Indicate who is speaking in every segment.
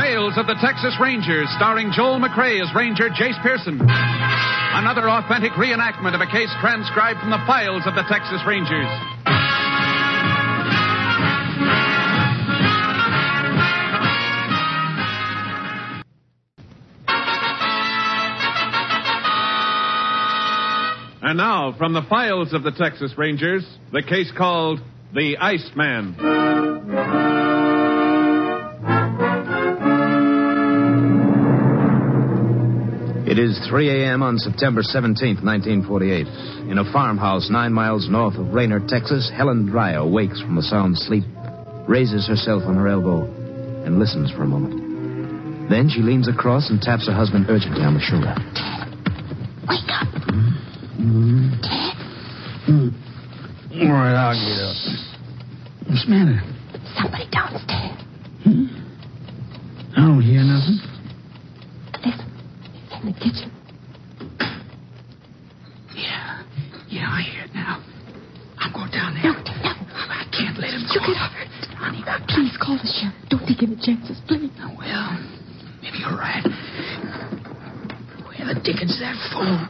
Speaker 1: Tales of the Texas Rangers, starring Joel McRae as Ranger Jace Pearson. Another authentic reenactment of a case transcribed from the files of the Texas Rangers. And now, from the files of the Texas Rangers, the case called The Iceman.
Speaker 2: It is 3 a.m. on September 17th, 1948. In a farmhouse nine miles north of Raynor, Texas, Helen Dreyer wakes from a sound sleep, raises herself on her elbow, and listens for a moment. Then she leans across and taps her husband urgently on the shoulder.
Speaker 3: Wake up.
Speaker 4: All right, I'll get up. What's the matter? Hmm?
Speaker 3: Somebody downstairs.
Speaker 4: I don't hear nothing.
Speaker 3: Listen, it's in the kitchen.
Speaker 4: Yeah, yeah, I hear it now. I'm going down
Speaker 3: No,
Speaker 4: there.
Speaker 3: no.
Speaker 4: I can't let him
Speaker 3: You
Speaker 4: go.
Speaker 3: get hurt.
Speaker 4: I need to
Speaker 3: Please call the sheriff. Don't take any chances, please.
Speaker 4: Well, maybe you're right. Where the dickens is that phone?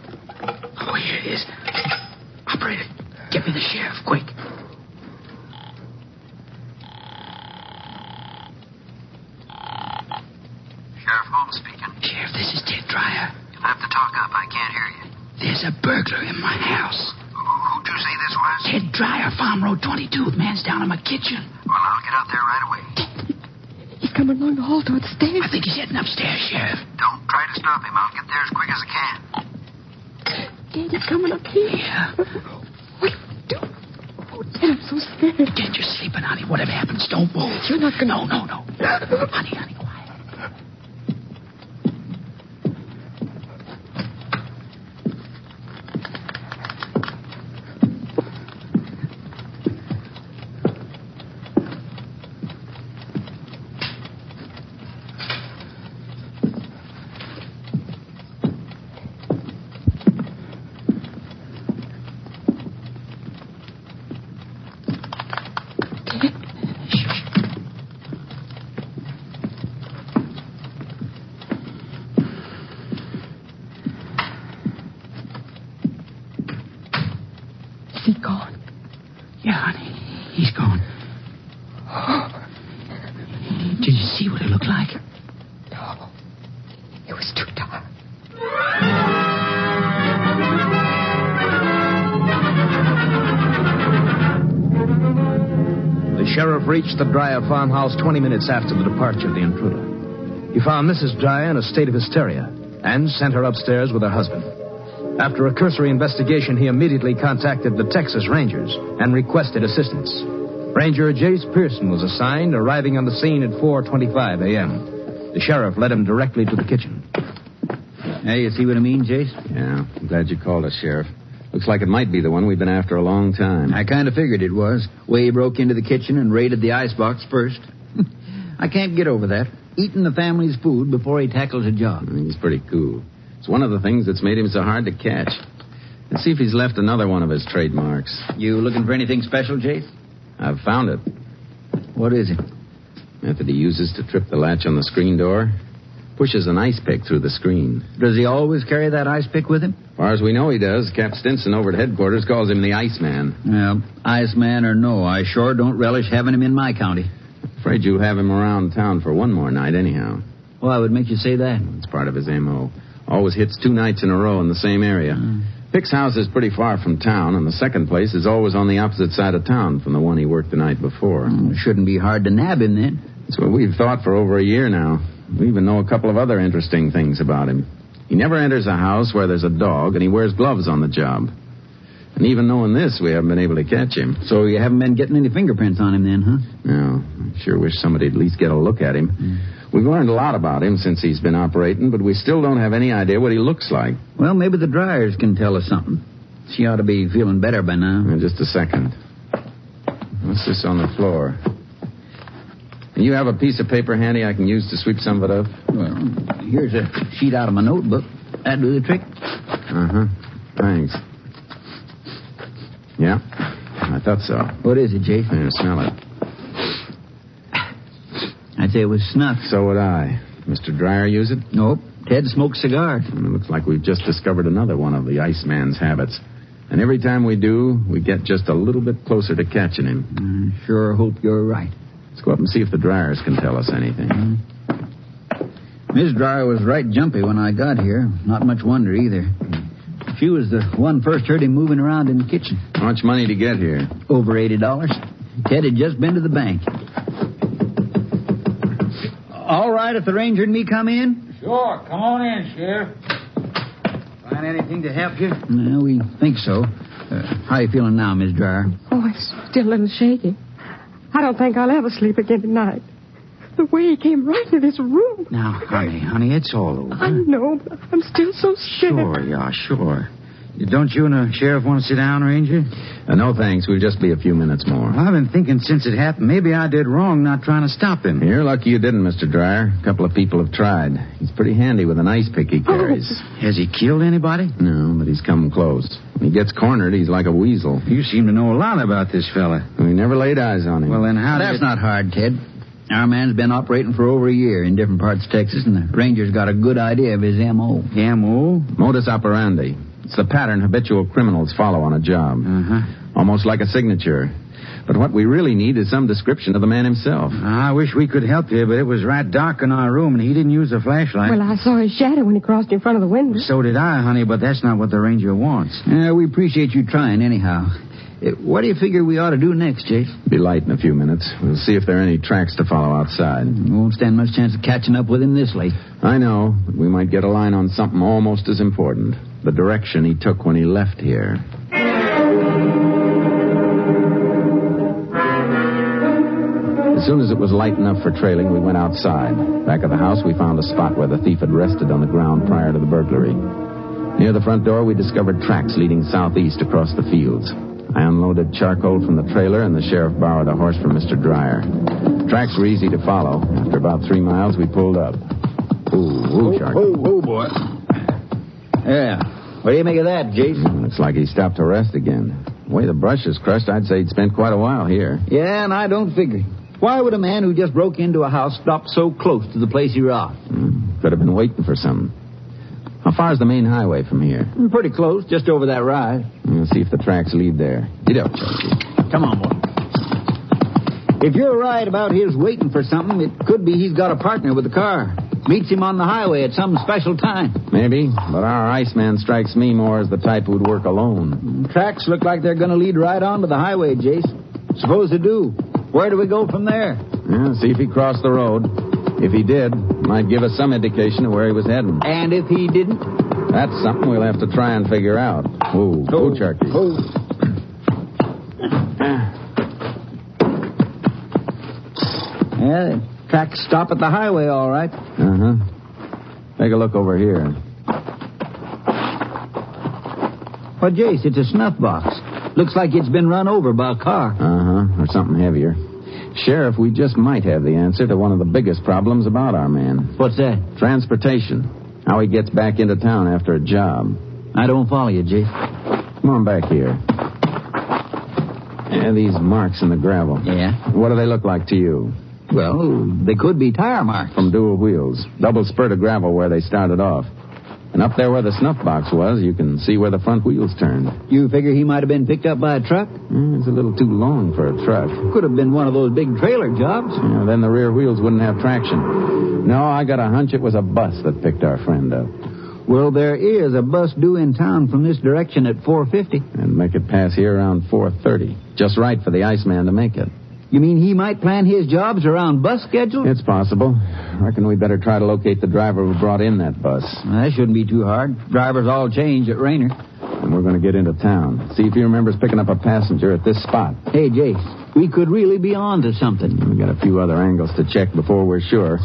Speaker 4: Oh, here it is. Operator, get me the sheriff, quick.
Speaker 5: Sheriff Holmes speaking.
Speaker 4: Sheriff, this is Ted Dreyer.
Speaker 5: You'll have to talk up. I can't hear you.
Speaker 4: There's a burglar in my house.
Speaker 5: Who- Who'd you say this was?
Speaker 4: Ted Dreyer, Farm Road 22. The man's down in my kitchen.
Speaker 5: Well, I'll get out there right away.
Speaker 3: He's coming along the hall toward the stairs.
Speaker 4: I think he's heading upstairs, Sheriff.
Speaker 5: Don't try to stop him. I'll get there as quick as I can.
Speaker 3: Dad, he's coming up here.
Speaker 4: Yeah.
Speaker 3: What do we do? Oh, Dad, I'm so scared.
Speaker 4: Ted, you're sleeping, honey. Whatever happens, don't move.
Speaker 3: You're not
Speaker 4: No,
Speaker 3: gonna-
Speaker 4: no, no. honey, honey, quiet.
Speaker 3: Is he gone?
Speaker 4: Yeah, honey. He's gone. Did you see what it looked like?
Speaker 3: No. It was too dark.
Speaker 2: The sheriff reached the Dreyer farmhouse 20 minutes after the departure of the intruder. He found Mrs. Dreyer in a state of hysteria and sent her upstairs with her husband. After a cursory investigation, he immediately contacted the Texas Rangers and requested assistance. Ranger Jace Pearson was assigned, arriving on the scene at 4:25 a.m. The sheriff led him directly to the kitchen.
Speaker 6: Hey, you see what I mean, Jace? Yeah, I'm glad you called us, Sheriff. Looks like it might be the one we've been after a long time.
Speaker 7: I kind of figured it was. Way broke into the kitchen and raided the icebox first. I can't get over that. Eating the family's food before he tackles a job.
Speaker 6: I think it's pretty cool. It's one of the things that's made him so hard to catch. Let's see if he's left another one of his trademarks.
Speaker 7: You looking for anything special, Jace?
Speaker 6: I've found it.
Speaker 7: What is it?
Speaker 6: Method he uses to trip the latch on the screen door. Pushes an ice pick through the screen.
Speaker 7: Does he always carry that ice pick with him?
Speaker 6: Far as we know, he does. Cap Stinson over at headquarters calls him the Iceman.
Speaker 7: Well, Iceman or no, I sure don't relish having him in my county.
Speaker 6: Afraid you'll have him around town for one more night, anyhow.
Speaker 7: Why would make you say that?
Speaker 6: It's part of his M.O. Always hits two nights in a row in the same area.
Speaker 7: Hmm.
Speaker 6: Pick's house is pretty far from town, and the second place is always on the opposite side of town from the one he worked the night before.
Speaker 7: Hmm, Shouldn't be hard to nab him then.
Speaker 6: That's what we've thought for over a year now. We even know a couple of other interesting things about him. He never enters a house where there's a dog, and he wears gloves on the job. And even knowing this, we haven't been able to catch him.
Speaker 7: So you haven't been getting any fingerprints on him then, huh?
Speaker 6: No, I sure wish somebody'd at least get a look at him. We've learned a lot about him since he's been operating, but we still don't have any idea what he looks like.
Speaker 7: Well, maybe the dryers can tell us something. She ought to be feeling better by now.
Speaker 6: In just a second. What's this on the floor? And you have a piece of paper handy I can use to sweep some of it up?
Speaker 7: Well, here's a sheet out of my notebook. That do the trick.
Speaker 6: Uh huh. Thanks. Yeah, I thought so.
Speaker 7: What is it, Jase?
Speaker 6: Here, smell it.
Speaker 7: I'd say it was snuff.
Speaker 6: So would I. Mr. Dryer use it?
Speaker 7: Nope. Ted smoked cigars.
Speaker 6: And it looks like we've just discovered another one of the Iceman's habits. And every time we do, we get just a little bit closer to catching him.
Speaker 7: I Hmm, sure hope you're right. Hmm.
Speaker 6: Let's go up and see if the dryers can tell us anything.
Speaker 7: Miss Dryer was right jumpy when I got here. Not much wonder either. She was the one first heard him moving around in the kitchen.
Speaker 6: How much money to get here?
Speaker 7: Over eighty dollars. Ted had just been to the bank. All right, if the ranger and me come in.
Speaker 8: Sure, come on in, Sheriff.
Speaker 4: Find anything to help you?
Speaker 7: No, we think so. Uh, how you feeling now, Miss Dryer?
Speaker 3: Oh, I'm still a little shaky. I don't think I'll ever sleep again tonight. The way he came right into this room.
Speaker 4: Now, honey, honey, it's all over.
Speaker 3: I know, but I'm still so sick.
Speaker 4: Sure, yeah, sure. Don't you and the Uh, sheriff want to sit down, Ranger?
Speaker 6: Uh, no thanks. We'll just be a few minutes more.
Speaker 4: I've been thinking since it happened, maybe I did wrong not trying to stop him.
Speaker 6: You're lucky you didn't, Mr. Dryer. A couple of people have tried. He's pretty handy with an ice pick he carries.
Speaker 4: Has he killed anybody?
Speaker 6: No, but he's come close. When he gets cornered, he's like a weasel.
Speaker 4: You seem to know a lot about this fella.
Speaker 6: We never laid eyes on him.
Speaker 4: Well, then how?
Speaker 7: Now, that's
Speaker 4: did...
Speaker 7: not hard, Ted. Our man's been operating for over a year in different parts of Texas, and the ranger's got a good idea of his M.O.
Speaker 4: M.O.
Speaker 6: modus operandi. It's the pattern habitual criminals follow on a job.
Speaker 4: Uh-huh.
Speaker 6: Almost like a signature. But what we really need is some description of the man himself.
Speaker 4: I wish we could help you, but it was right dark in our room, and he didn't use the flashlight.
Speaker 3: Well, I saw his shadow when he crossed in front of the window.
Speaker 4: So did I, honey, but that's not what the ranger wants.
Speaker 7: Uh, we appreciate you trying, anyhow. Uh, What do you figure we ought to do next, Jase?
Speaker 6: Be light in a few minutes. We'll see if there are any tracks to follow outside.
Speaker 7: We won't stand much chance of catching up with him this late.
Speaker 6: I know, but we might get a line on something almost as important the direction he took when he left here. As soon as it was light enough for trailing, we went outside. Back of the house, we found a spot where the thief had rested on the ground prior to the burglary. Near the front door, we discovered tracks leading southeast across the fields. I unloaded charcoal from the trailer, and the sheriff borrowed a horse from Mr. Dryer. Tracks were easy to follow. After about three miles, we pulled up. Ooh, ooh, charcoal.
Speaker 7: oh, boy. Yeah. What do you make of that, Jase?
Speaker 6: Mm, Looks like he stopped to rest again. The way the brush is crushed, I'd say he'd spent quite a while here.
Speaker 7: Yeah, and I don't figure. it. Why would a man who just broke into a house stop so close to the place he robbed?
Speaker 6: Mm, Could have been waiting for something. How far is the main highway from here?
Speaker 7: Pretty close, just over that rise.
Speaker 6: We'll see if the tracks lead there. Get up, Chunky.
Speaker 7: Come on, boy. If you're right about his waiting for something, it could be he's got a partner with a car. Meets him on the highway at some special time.
Speaker 6: Maybe, but our Iceman strikes me more as the type who'd work alone.
Speaker 7: Tracks look like they're going to lead right onto the highway, Jase. Suppose they do. Where do we go from there?
Speaker 6: Yeah, see if he crossed the road. If he did, might give us some indication of where he was heading.
Speaker 7: And if he didn't?
Speaker 6: That's something we'll have to try and figure out. Ooh, go, Chunky.
Speaker 7: Oh. Yeah, the tracks stop at the highway, all right.
Speaker 6: Uh huh. Uh-huh. Take a look over here.
Speaker 7: Well, Jace, it's a snuff box. Looks like it's been run over by a car.
Speaker 6: Uh huh, or something heavier. Sheriff, we just might have the answer to one of the biggest problems about our man
Speaker 7: What's that?
Speaker 6: transportation. How he gets back into town after a job.
Speaker 7: I don't follow you, Jace.
Speaker 6: Come on back here. Yeah, these marks in the gravel.
Speaker 7: Yeah?
Speaker 6: What do they look like to you?
Speaker 7: Well, they could be tire marks.
Speaker 6: From dual wheels. Double spurt of gravel where they started off. And up there where the snuff box was, you can see where the front wheels turned.
Speaker 7: You figure he might have been picked up by a truck?
Speaker 6: Mm, it's a little too long for a truck.
Speaker 7: Could have been one of those big trailer jobs.
Speaker 6: Yeah, then the rear wheels wouldn't have traction. No, I got a hunch it was a bus that picked our friend up.
Speaker 7: Well, there is a bus due in town from this direction at 450.
Speaker 6: And make it pass here around 4.30. Just right for the Iceman to make it.
Speaker 7: You mean he might plan his jobs around bus schedules?
Speaker 6: It's possible. Reckon we'd better try to locate the driver who brought in that bus.
Speaker 7: that shouldn't be too hard. Drivers all change at Rainer.
Speaker 6: And we're going to get into town. See if he remembers picking up a passenger at this spot.
Speaker 7: Hey, Jace, we could really be on to something.
Speaker 6: We've got a few other angles to check before we're sure.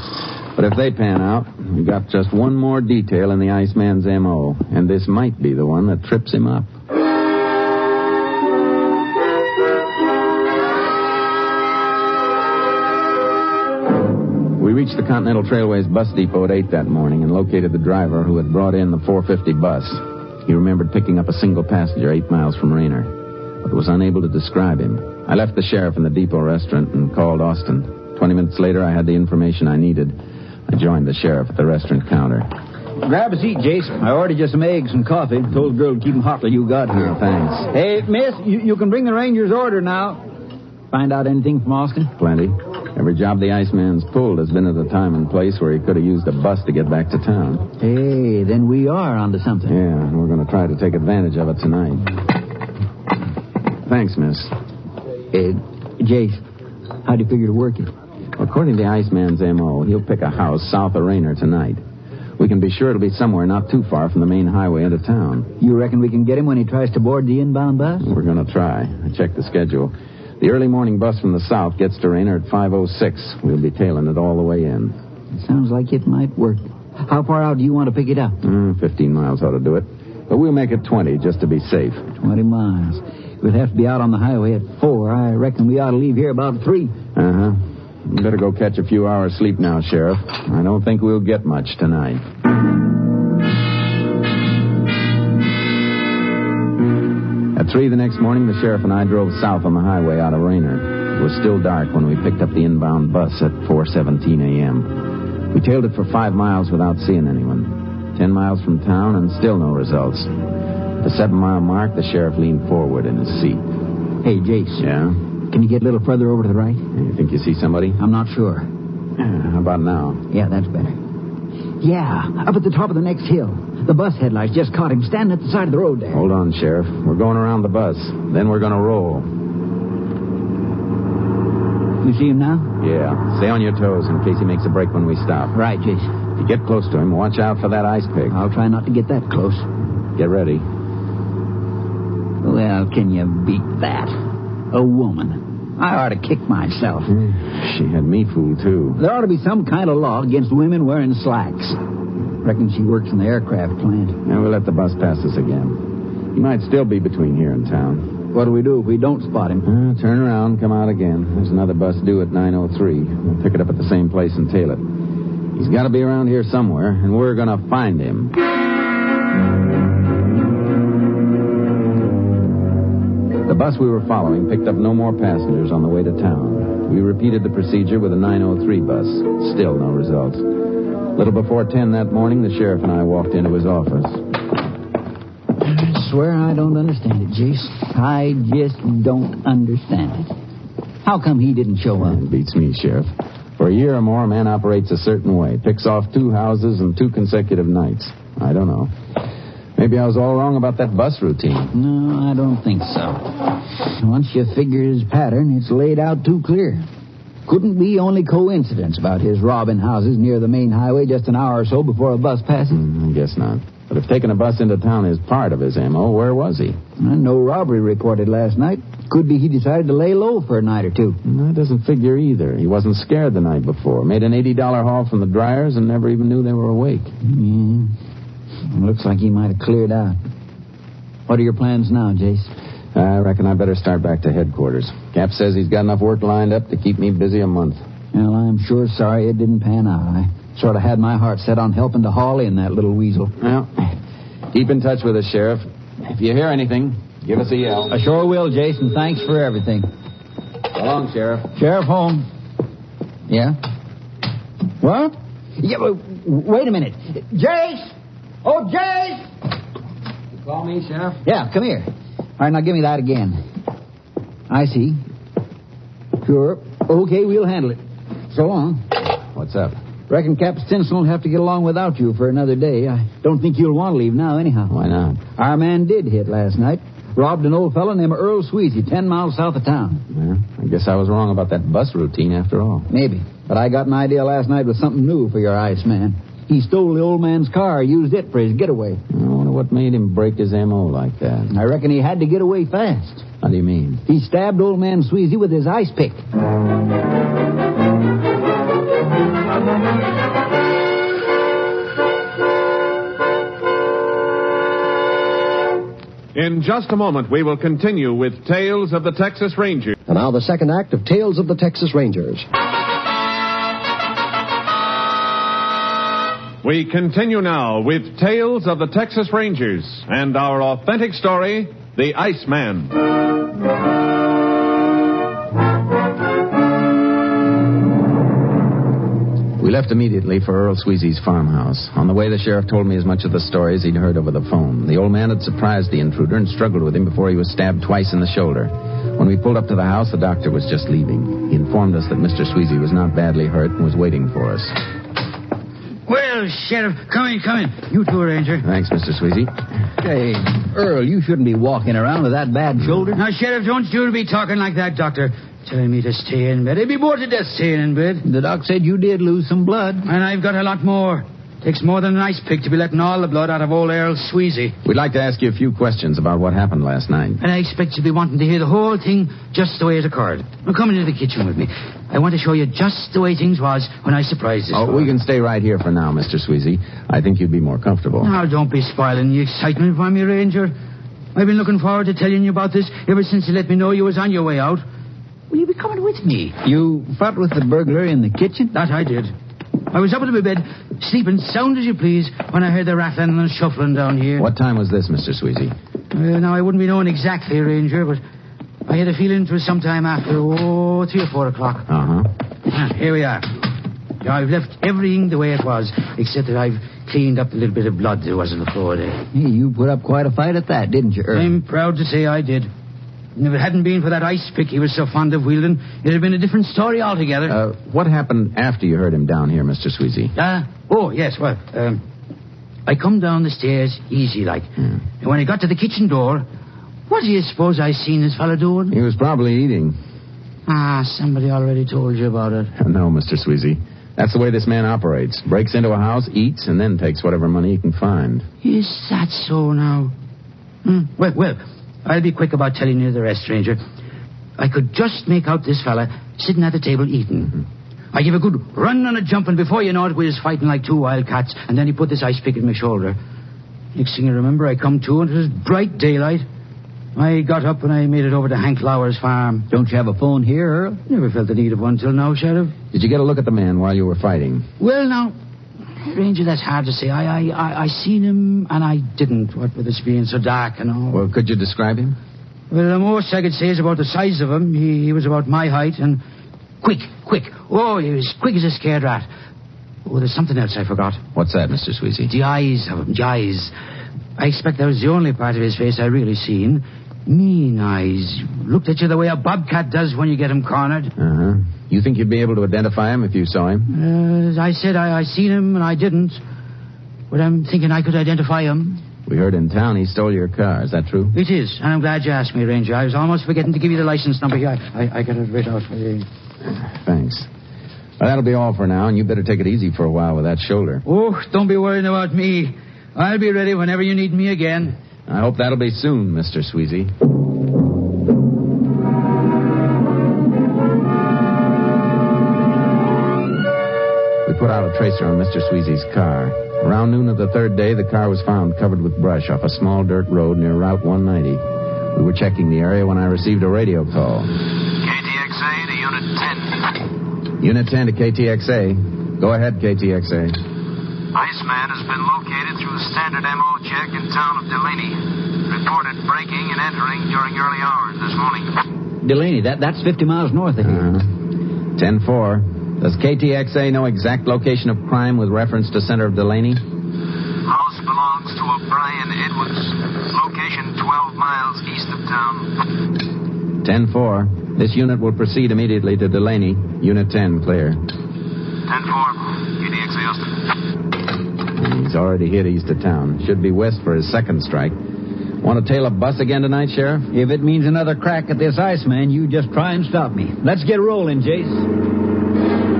Speaker 6: But if they pan out, we've got just one more detail in the Iceman's M.O., and this might be the one that trips him up. We reached the Continental Trailways bus depot at 8 that morning and located the driver who had brought in the 450 bus. He remembered picking up a single passenger eight miles from Rainer, but was unable to describe him. I left the sheriff in the depot restaurant and called Austin. Twenty minutes later, I had the information I needed. I joined the sheriff at the restaurant counter.
Speaker 7: Grab a seat, Jace. I ordered you some eggs and coffee. Told the girl to keep 'em hot till you got here.
Speaker 6: No, thanks.
Speaker 7: Hey, miss, you, you can bring the ranger's order now. Find out anything from Austin?
Speaker 6: Plenty. Every job the Iceman's pulled has been at a time and place where he could have used a bus to get back to town.
Speaker 7: Hey, then we are onto something.
Speaker 6: Yeah, and we're going to try to take advantage of it tonight. Thanks, miss.
Speaker 7: Uh, Jace, how do you figure to work it?
Speaker 6: According to Iceman's M.O., he'll pick a house south of Rainer tonight. We can be sure it'll be somewhere not too far from the main highway into town.
Speaker 7: You reckon we can get him when he tries to board the inbound bus?
Speaker 6: We're going to try. I checked the schedule. The early morning bus from the south gets to Rainer at 5.06. We'll be tailing it all the way in.
Speaker 7: It sounds like it might work. How far out do you want to pick it up?
Speaker 6: Mm, 15 miles ought to do it. But we'll make it 20 just to be safe.
Speaker 7: 20 miles. We'll have to be out on the highway at 4. I reckon we ought to leave here about 3.
Speaker 6: Uh-huh. You Better go catch a few hours sleep now, Sheriff. I don't think we'll get much tonight. At three the next morning, the sheriff and I drove south on the highway out of Rainer. It was still dark when we picked up the inbound bus at 4:17 a.m. We tailed it for five miles without seeing anyone. Ten miles from town and still no results. At the seven-mile mark, the sheriff leaned forward in his seat.
Speaker 7: Hey, Jace.
Speaker 6: Yeah?
Speaker 7: Can you get a little further over to the right?
Speaker 6: You think you see somebody?
Speaker 7: I'm not sure.
Speaker 6: How about now?
Speaker 7: Yeah, that's better. Yeah, up at the top of the next hill. The bus headlights just caught him standing at the side of the road there.
Speaker 6: Hold on, Sheriff. We're going around the bus. Then we're going to roll.
Speaker 7: You see him now?
Speaker 6: Yeah. Stay on your toes in case he makes a break when we stop.
Speaker 7: Right, Jason.
Speaker 6: If you get close to him, watch out for that ice pick.
Speaker 7: I'll try not to get that close.
Speaker 6: Get ready.
Speaker 7: Well, can you beat that? A woman. I ought to kick myself.
Speaker 6: Hmm. She had me fooled, too.
Speaker 7: There ought to be some kind of law against women wearing slacks. Reckon she works in the aircraft plant.
Speaker 6: Now we'll let the bus pass us again. He might still be between here and town.
Speaker 7: What'll we do if we don't spot him?
Speaker 6: Uh, turn around, come out again. There's another bus due at 9.03. We'll pick it up at the same place and tail it. He's got to be around here somewhere, and we're going to find him. The bus we were following picked up no more passengers on the way to town. We repeated the procedure with a 903 bus. Still no results. Little before 10 that morning, the sheriff and I walked into his office.
Speaker 7: I swear I don't understand it, Jace. I just don't understand it. How come he didn't show up?
Speaker 6: It beats me, Sheriff. For a year or more, a man operates a certain way, picks off two houses and two consecutive nights. I don't know. Maybe I was all wrong about that bus routine.
Speaker 7: No, I don't think so. Once you figure his pattern, it's laid out too clear. Couldn't be only coincidence about his robbing houses near the main highway just an hour or so before a bus passes.
Speaker 6: Hmm, I guess not. But if taking a bus into town is part of his MO, where was he?
Speaker 7: Uh, No robbery reported last night. Could be he decided to lay low for a night or two.
Speaker 6: That doesn't figure either. He wasn't scared the night before. Made an $80 haul from the dryers and never even knew they were awake.
Speaker 7: Yeah. Looks like he might have cleared out. What are your plans now, Jace?
Speaker 6: I reckon I better start back to headquarters. Cap says he's got enough work lined up to keep me busy a month.
Speaker 7: Well, I'm sure sorry it didn't pan out. I sort of had my heart set on helping to haul in that little weasel.
Speaker 6: Well, keep in touch with us, Sheriff. If you hear anything, give us a yell.
Speaker 7: I sure will, Jason. Thanks for everything.
Speaker 6: So long, Sheriff.
Speaker 7: Sheriff Holmes. Yeah? What? Yeah, but w- wait a minute. Jace! Oh, Jace!
Speaker 6: You call me, Sheriff?
Speaker 7: Yeah, come here. All right, now give me that again. I see. Sure. Okay, we'll handle it. So long.
Speaker 6: What's up?
Speaker 7: Reckon Cap Stinson will have to get along without you for another day. I don't think you'll want to leave now, anyhow.
Speaker 6: Why not?
Speaker 7: Our man did hit last night. Robbed an old fellow named Earl Sweezy, 10 miles south of town.
Speaker 6: Yeah, I guess I was wrong about that bus routine after all.
Speaker 7: Maybe. But I got an idea last night with something new for your ice man. He stole the old man's car, used it for his getaway.
Speaker 6: I wonder what made him break his M.O. like that.
Speaker 7: I reckon he had to get away fast.
Speaker 6: How do you mean?
Speaker 7: He stabbed old man Sweezy with his ice pick.
Speaker 1: In just a moment, we will continue with Tales of the Texas Ranger.
Speaker 9: And now the second act of Tales of the Texas Rangers.
Speaker 1: We continue now with Tales of the Texas Rangers and our authentic story, The Iceman.
Speaker 6: We left immediately for Earl Sweezy's farmhouse. On the way, the sheriff told me as much of the story as he'd heard over the phone. The old man had surprised the intruder and struggled with him before he was stabbed twice in the shoulder. When we pulled up to the house, the doctor was just leaving. He informed us that Mr. Sweezy was not badly hurt and was waiting for us.
Speaker 10: Well, Sheriff, come in, come in. You too, Ranger.
Speaker 6: Thanks, Mr. Sweezy.
Speaker 7: Hey, Earl, you shouldn't be walking around with that bad shoulder.
Speaker 10: Now, Sheriff, don't you be talking like that, Doctor. Telling me to stay in bed. I'd be bored to death staying in bed.
Speaker 7: The doc said you did lose some blood.
Speaker 10: And I've got a lot more. Takes more than an ice pick to be letting all the blood out of old Earl Sweezy.
Speaker 6: We'd like to ask you a few questions about what happened last night.
Speaker 10: And I expect you'll be wanting to hear the whole thing just the way it occurred. Now, come into the kitchen with me. I want to show you just the way things was when I surprised this.
Speaker 6: Oh, we can stay right here for now, Mr. Sweezy. I think you'd be more comfortable.
Speaker 10: Now, don't be spoiling the excitement for me, Ranger. I've been looking forward to telling you about this ever since you let me know you was on your way out. Will you be coming with me?
Speaker 7: You fought with the burglar in the kitchen?
Speaker 10: That I did. I was up in my bed, sleeping sound as you please, when I heard the rattling and the shuffling down here.
Speaker 6: What time was this, Mr. Sweezy?
Speaker 10: Uh, now, I wouldn't be knowing exactly, Ranger, but I had a feeling it was sometime after, oh, three or four o'clock.
Speaker 6: Uh
Speaker 7: Uh-huh.
Speaker 6: huh.
Speaker 10: Ah, Here we are. Now, I've left everything the way it was, except that I've cleaned up the little bit of blood there was on the floor there.
Speaker 7: Hey, you put up quite a fight at that, didn't you, Earl?
Speaker 10: I'm proud to say I did. And if it hadn't been for that ice pick he was so fond of wielding, it'd have been a different story altogether.
Speaker 6: Uh, what happened after you heard him down here, Mr. Sweezy?
Speaker 10: Ah, oh, yes, well, um, I come down the stairs easy like. And when I got to the kitchen door, what do you suppose I seen this fellow doing?
Speaker 6: He was probably eating.
Speaker 10: Ah, somebody already told you about it.
Speaker 6: No, Mr. Sweezy. That's the way this man operates. Breaks into a house, eats, and then takes whatever money he can find.
Speaker 10: Is that so now? Hmm, Well, well, I'll be quick about telling you the rest, stranger. I could just make out this fella sitting at the table eating. I give a good run and a jump, and before you know it, we was fighting like two wild cats, and then he put this ice pick in my shoulder. Next thing I remember, I come to, and it was bright daylight. I got up and I made it over to Hank Lauer's farm.
Speaker 7: Don't you have a phone here, Earl?
Speaker 10: Never felt the need of one till now, Sheriff.
Speaker 6: Did you get a look at the man while you were fighting?
Speaker 10: Well, now, Ranger, that's hard to say. I, I, I, I seen him and I didn't, what with this being so dark and all.
Speaker 6: Well, could you describe him?
Speaker 10: Well, the most I could say is about the size of him. He, he was about my height, and quick, quick. Oh, he was quick as a scared rat. Oh, there's something else I forgot.
Speaker 6: What's that, Mr. Sweezy?
Speaker 10: The eyes of him, the eyes. I expect that was the only part of his face I really seen. Mean eyes. Looked at you the way a bobcat does when you get him cornered.
Speaker 6: Uh huh. You think you'd be able to identify him if you saw him?
Speaker 10: Uh, as I said, I, I seen him and I didn't. But I'm thinking I could identify him.
Speaker 6: We heard in town he stole your car. Is that true?
Speaker 10: It is, and I'm glad you asked me, Ranger. I was almost forgetting to give you the license number here. I, I, I got it right out for you.
Speaker 6: Thanks. Well, that'll be all for now, and you better take it easy for a while with that shoulder.
Speaker 10: Oh, don't be worrying about me. I'll be ready whenever you need me again.
Speaker 6: I hope that'll be soon, Mr. Sweezy. We put out a tracer on Mr. Sweezy's car. Around noon of the third day, the car was found covered with brush off a small dirt road near Route 190. We were checking the area when I received a radio call.
Speaker 5: KTXA to Unit 10.
Speaker 6: Unit 10 to KTXA. Go ahead, KTXA.
Speaker 5: Iceman has been located through standard MO check in town of Delaney. Reported breaking and entering during early hours this morning.
Speaker 7: Delaney, that, that's 50 miles north of here.
Speaker 6: 10 4. Uh-huh. Does KTXA know exact location of crime with reference to center of Delaney?
Speaker 5: House belongs to a Brian Edwards. Location 12 miles east of town.
Speaker 6: 10 4. This unit will proceed immediately to Delaney. Unit 10 clear.
Speaker 5: 10 4. KTXA Austin.
Speaker 6: He's already hit east of town. Should be west for his second strike. Want to tail a bus again tonight, Sheriff?
Speaker 7: If it means another crack at this Iceman, you just try and stop me. Let's get rolling, Jace.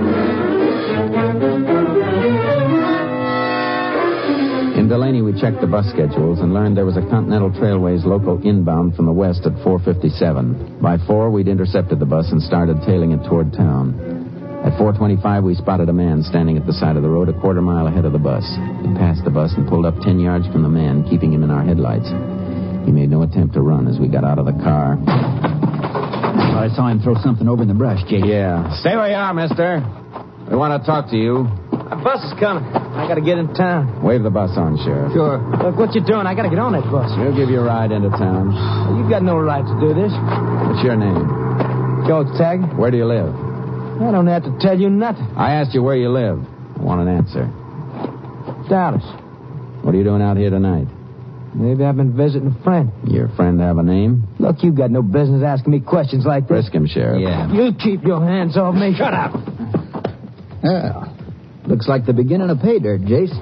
Speaker 6: In Delaney, we checked the bus schedules and learned there was a Continental Trailways local inbound from the west at 4:57. By 4, we'd intercepted the bus and started tailing it toward town. At 4:25, we spotted a man standing at the side of the road a quarter mile ahead of the bus. He passed the bus and pulled up 10 yards from the man, keeping him in our headlights. He made no attempt to run as we got out of the car.
Speaker 7: I saw him throw something over in the brush, Jake.
Speaker 6: Yeah. Stay where you are, mister. We want to talk to you.
Speaker 11: The bus is coming. I gotta get in town.
Speaker 6: Wave the bus on, Sheriff.
Speaker 11: Sure. Look what you're doing. I gotta get on that bus.
Speaker 6: We'll give you a ride into town.
Speaker 11: You've got no right to do this.
Speaker 6: What's your name?
Speaker 11: George Tag,
Speaker 6: Where do you live?
Speaker 11: I don't have to tell you nothing.
Speaker 6: I asked you where you live. I want an answer.
Speaker 11: Dallas.
Speaker 6: What are you doing out here tonight?
Speaker 11: Maybe I've been visiting a friend.
Speaker 6: Your friend have a name?
Speaker 11: Look, you got no business asking me questions like this.
Speaker 6: Frisk him, Sheriff.
Speaker 11: Yeah. You keep your hands off me. Shut up.
Speaker 7: Well, looks like the beginning of pay dirt, Jace.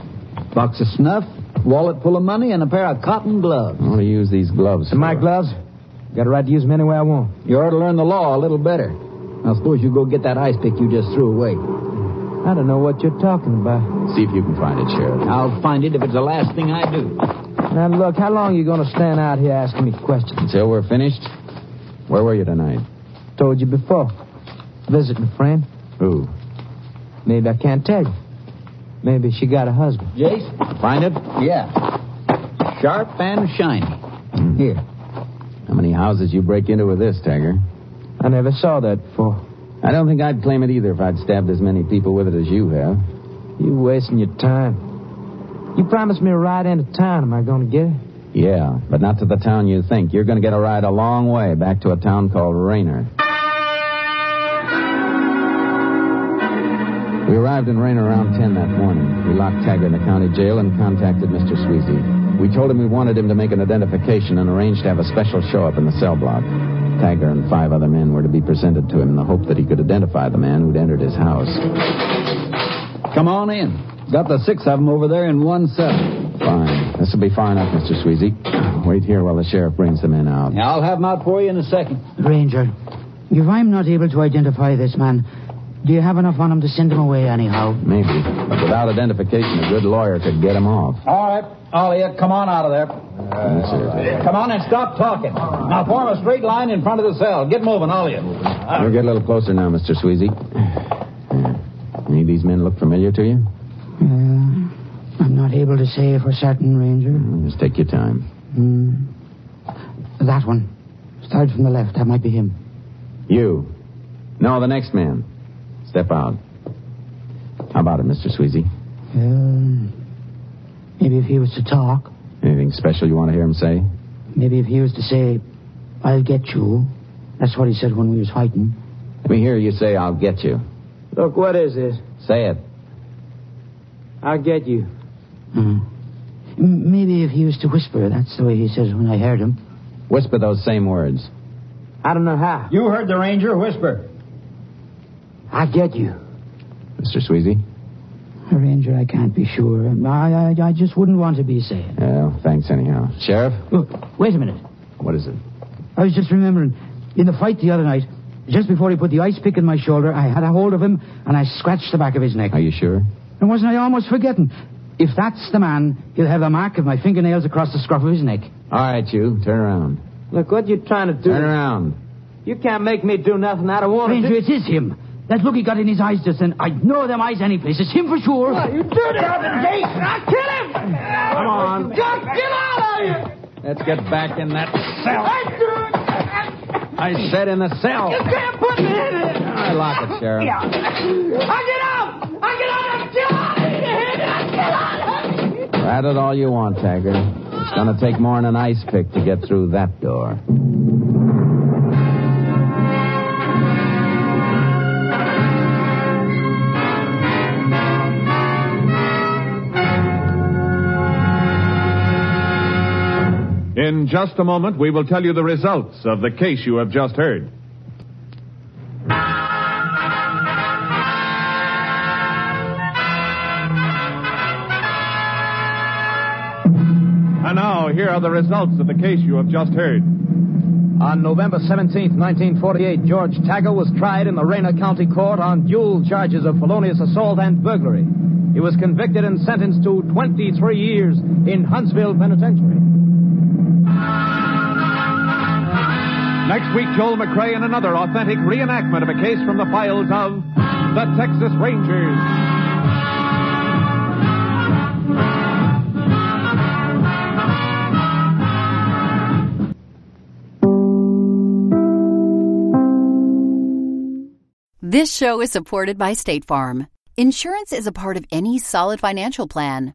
Speaker 7: Box of snuff, wallet full of money, and a pair of cotton gloves.
Speaker 6: I want to use these gloves.
Speaker 11: My gloves? Got a right to use them any way I want.
Speaker 7: You ought to learn the law a little better. Now, suppose you go get that ice pick you just threw away.
Speaker 11: I don't know what you're talking about.
Speaker 6: See if you can find it, Sheriff.
Speaker 7: I'll find it if it's the last thing I do.
Speaker 11: Now, look, how long you going to stand out here asking me questions?
Speaker 6: Until we're finished, where were you tonight?
Speaker 11: Told you before. Visiting a friend.
Speaker 6: Who?
Speaker 11: Maybe I can't tell you. Maybe she got a husband.
Speaker 7: Jace?
Speaker 6: Find it?
Speaker 7: Yeah. Sharp and shiny. Here.
Speaker 6: Hmm. How many houses you break into with this, Tagger?
Speaker 11: I never saw that before.
Speaker 6: I don't think I'd claim it either if I'd stabbed as many people with it as you have.
Speaker 11: You wasting your time. You promised me a ride into town. Am I going to get it?
Speaker 6: Yeah, but not to the town you think. You're going to get a ride a long way back to a town called Raynor. We arrived in Raynor around 10 that morning. We locked Tagger in the county jail and contacted Mr. Sweezy. We told him we wanted him to make an identification and arranged to have a special show up in the cell block. Tagger and five other men were to be presented to him in the hope that he could identify the man who'd entered his house.
Speaker 7: Come on in. Got the six of them over there in one cell.
Speaker 6: Fine. This will be far enough, Mr. Sweezy. Wait here while the sheriff brings the men out.
Speaker 7: Now, I'll have them out for you in a second.
Speaker 10: Ranger, if I'm not able to identify this man, do you have enough on him to send him away anyhow?
Speaker 6: Maybe. But without identification, a good lawyer could get him off.
Speaker 7: All right, Ollie, come on out of there. Come on and stop talking. Now form a straight line in front of the cell. Get moving, all of you.
Speaker 6: We'll get a little closer now, Mr. Sweezy. Yeah. Any of these men look familiar to you?
Speaker 10: Uh, I'm not able to say for certain, Ranger.
Speaker 6: Just take your time.
Speaker 10: Hmm. That one. Start from the left. That might be him.
Speaker 6: You. No, the next man. Step out. How about it, Mr. Sweezy?
Speaker 10: Um, maybe if he was to talk,
Speaker 6: Anything special you want to hear him say?
Speaker 10: maybe if he was to say, I'll get you. That's what he said when we was fighting.
Speaker 6: Let me hear you say, I'll get you.
Speaker 11: Look, what is this?
Speaker 6: Say it.
Speaker 11: I'll get you.
Speaker 10: Hmm. M- Maybe if he was to whisper, that's the way he says when I heard him.
Speaker 6: Whisper those same words.
Speaker 11: I don't know how.
Speaker 7: You heard the ranger whisper.
Speaker 11: I'll get you.
Speaker 6: Mr. Sweezy?
Speaker 10: Ranger, I can't be sure. I, I, I just wouldn't want to be saying.
Speaker 6: Yeah, thanks anyhow. Sheriff?
Speaker 10: Look, wait a minute.
Speaker 6: What is it?
Speaker 10: I was just remembering, in the fight the other night, just before he put the ice pick in my shoulder, I had a hold of him and I scratched the back of his neck.
Speaker 6: Are you sure?
Speaker 10: And wasn't I almost forgetting? If that's the man, he'll have the mark of my fingernails across the scruff of his neck.
Speaker 6: All right, you. Turn around.
Speaker 11: Look, what you trying to do?
Speaker 6: Turn around.
Speaker 11: You can't make me do nothing I don't want to
Speaker 10: Ranger,
Speaker 11: do.
Speaker 10: it is him. That look he got in his eyes just then, I'd know them eyes any place. It's him for sure.
Speaker 11: You do it out of the gate, and I'll kill him! Come
Speaker 6: on.
Speaker 11: Just get out of here!
Speaker 6: Let's get back in that cell. I said in the cell.
Speaker 11: You can't put me in it!
Speaker 6: I lock it, Sheriff.
Speaker 11: I get out! I get out! I get out of here! I get out of here!
Speaker 6: Rat it all you want, Tagger. It's gonna take more than an ice pick to get through that door.
Speaker 1: In just a moment, we will tell you the results of the case you have just heard.
Speaker 12: And now, here are the results of the case you have just heard.
Speaker 2: On November 17, 1948, George Tagger was tried in the Rayner County Court on dual charges of felonious assault and burglary. He was convicted and sentenced to 23 years in Huntsville Penitentiary.
Speaker 1: Next week, Joel McRae in another authentic reenactment of a case from the files of the Texas Rangers.
Speaker 13: This show is supported by State Farm. Insurance is a part of any solid financial plan.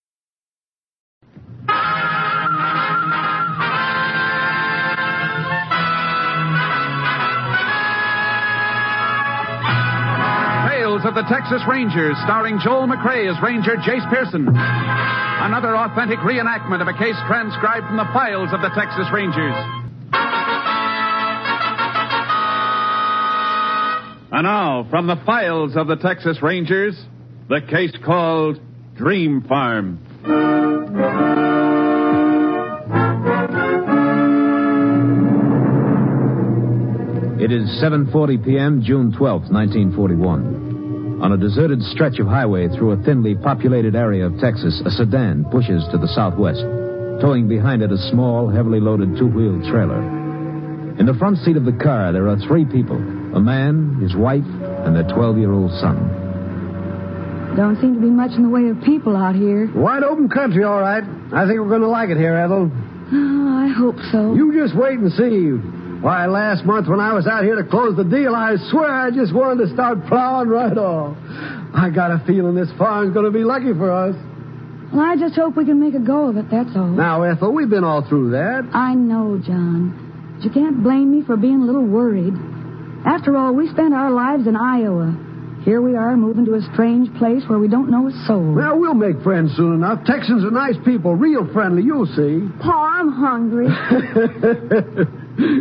Speaker 1: Tales of the Texas Rangers, starring Joel McRae as Ranger Jace Pearson. Another authentic reenactment of a case transcribed from the files of the Texas Rangers. And now, from the files of the Texas Rangers, the case called Dream Farm.
Speaker 2: It is 7:40 p.m., June 12, 1941. On a deserted stretch of highway through a thinly populated area of Texas, a sedan pushes to the southwest, towing behind it a small, heavily loaded two-wheeled trailer. In the front seat of the car, there are three people: a man, his wife, and their 12-year-old son.
Speaker 3: Don't seem to be much in the way of people out here.
Speaker 14: Wide open country, all right. I think we're going to like it here, Ethel.
Speaker 3: Oh, I hope so.
Speaker 14: You just wait and see. Why, last month when I was out here to close the deal, I swear I just wanted to start plowing right off. I got a feeling this farm's going to be lucky for us.
Speaker 3: Well, I just hope we can make a go of it, that's all.
Speaker 14: Now, Ethel, we've been all through that.
Speaker 3: I know, John. But you can't blame me for being a little worried. After all, we spent our lives in Iowa. Here we are moving to a strange place where we don't know a soul.
Speaker 14: Well, we'll make friends soon enough. Texans are nice people, real friendly, you'll see.
Speaker 3: Pa, I'm hungry.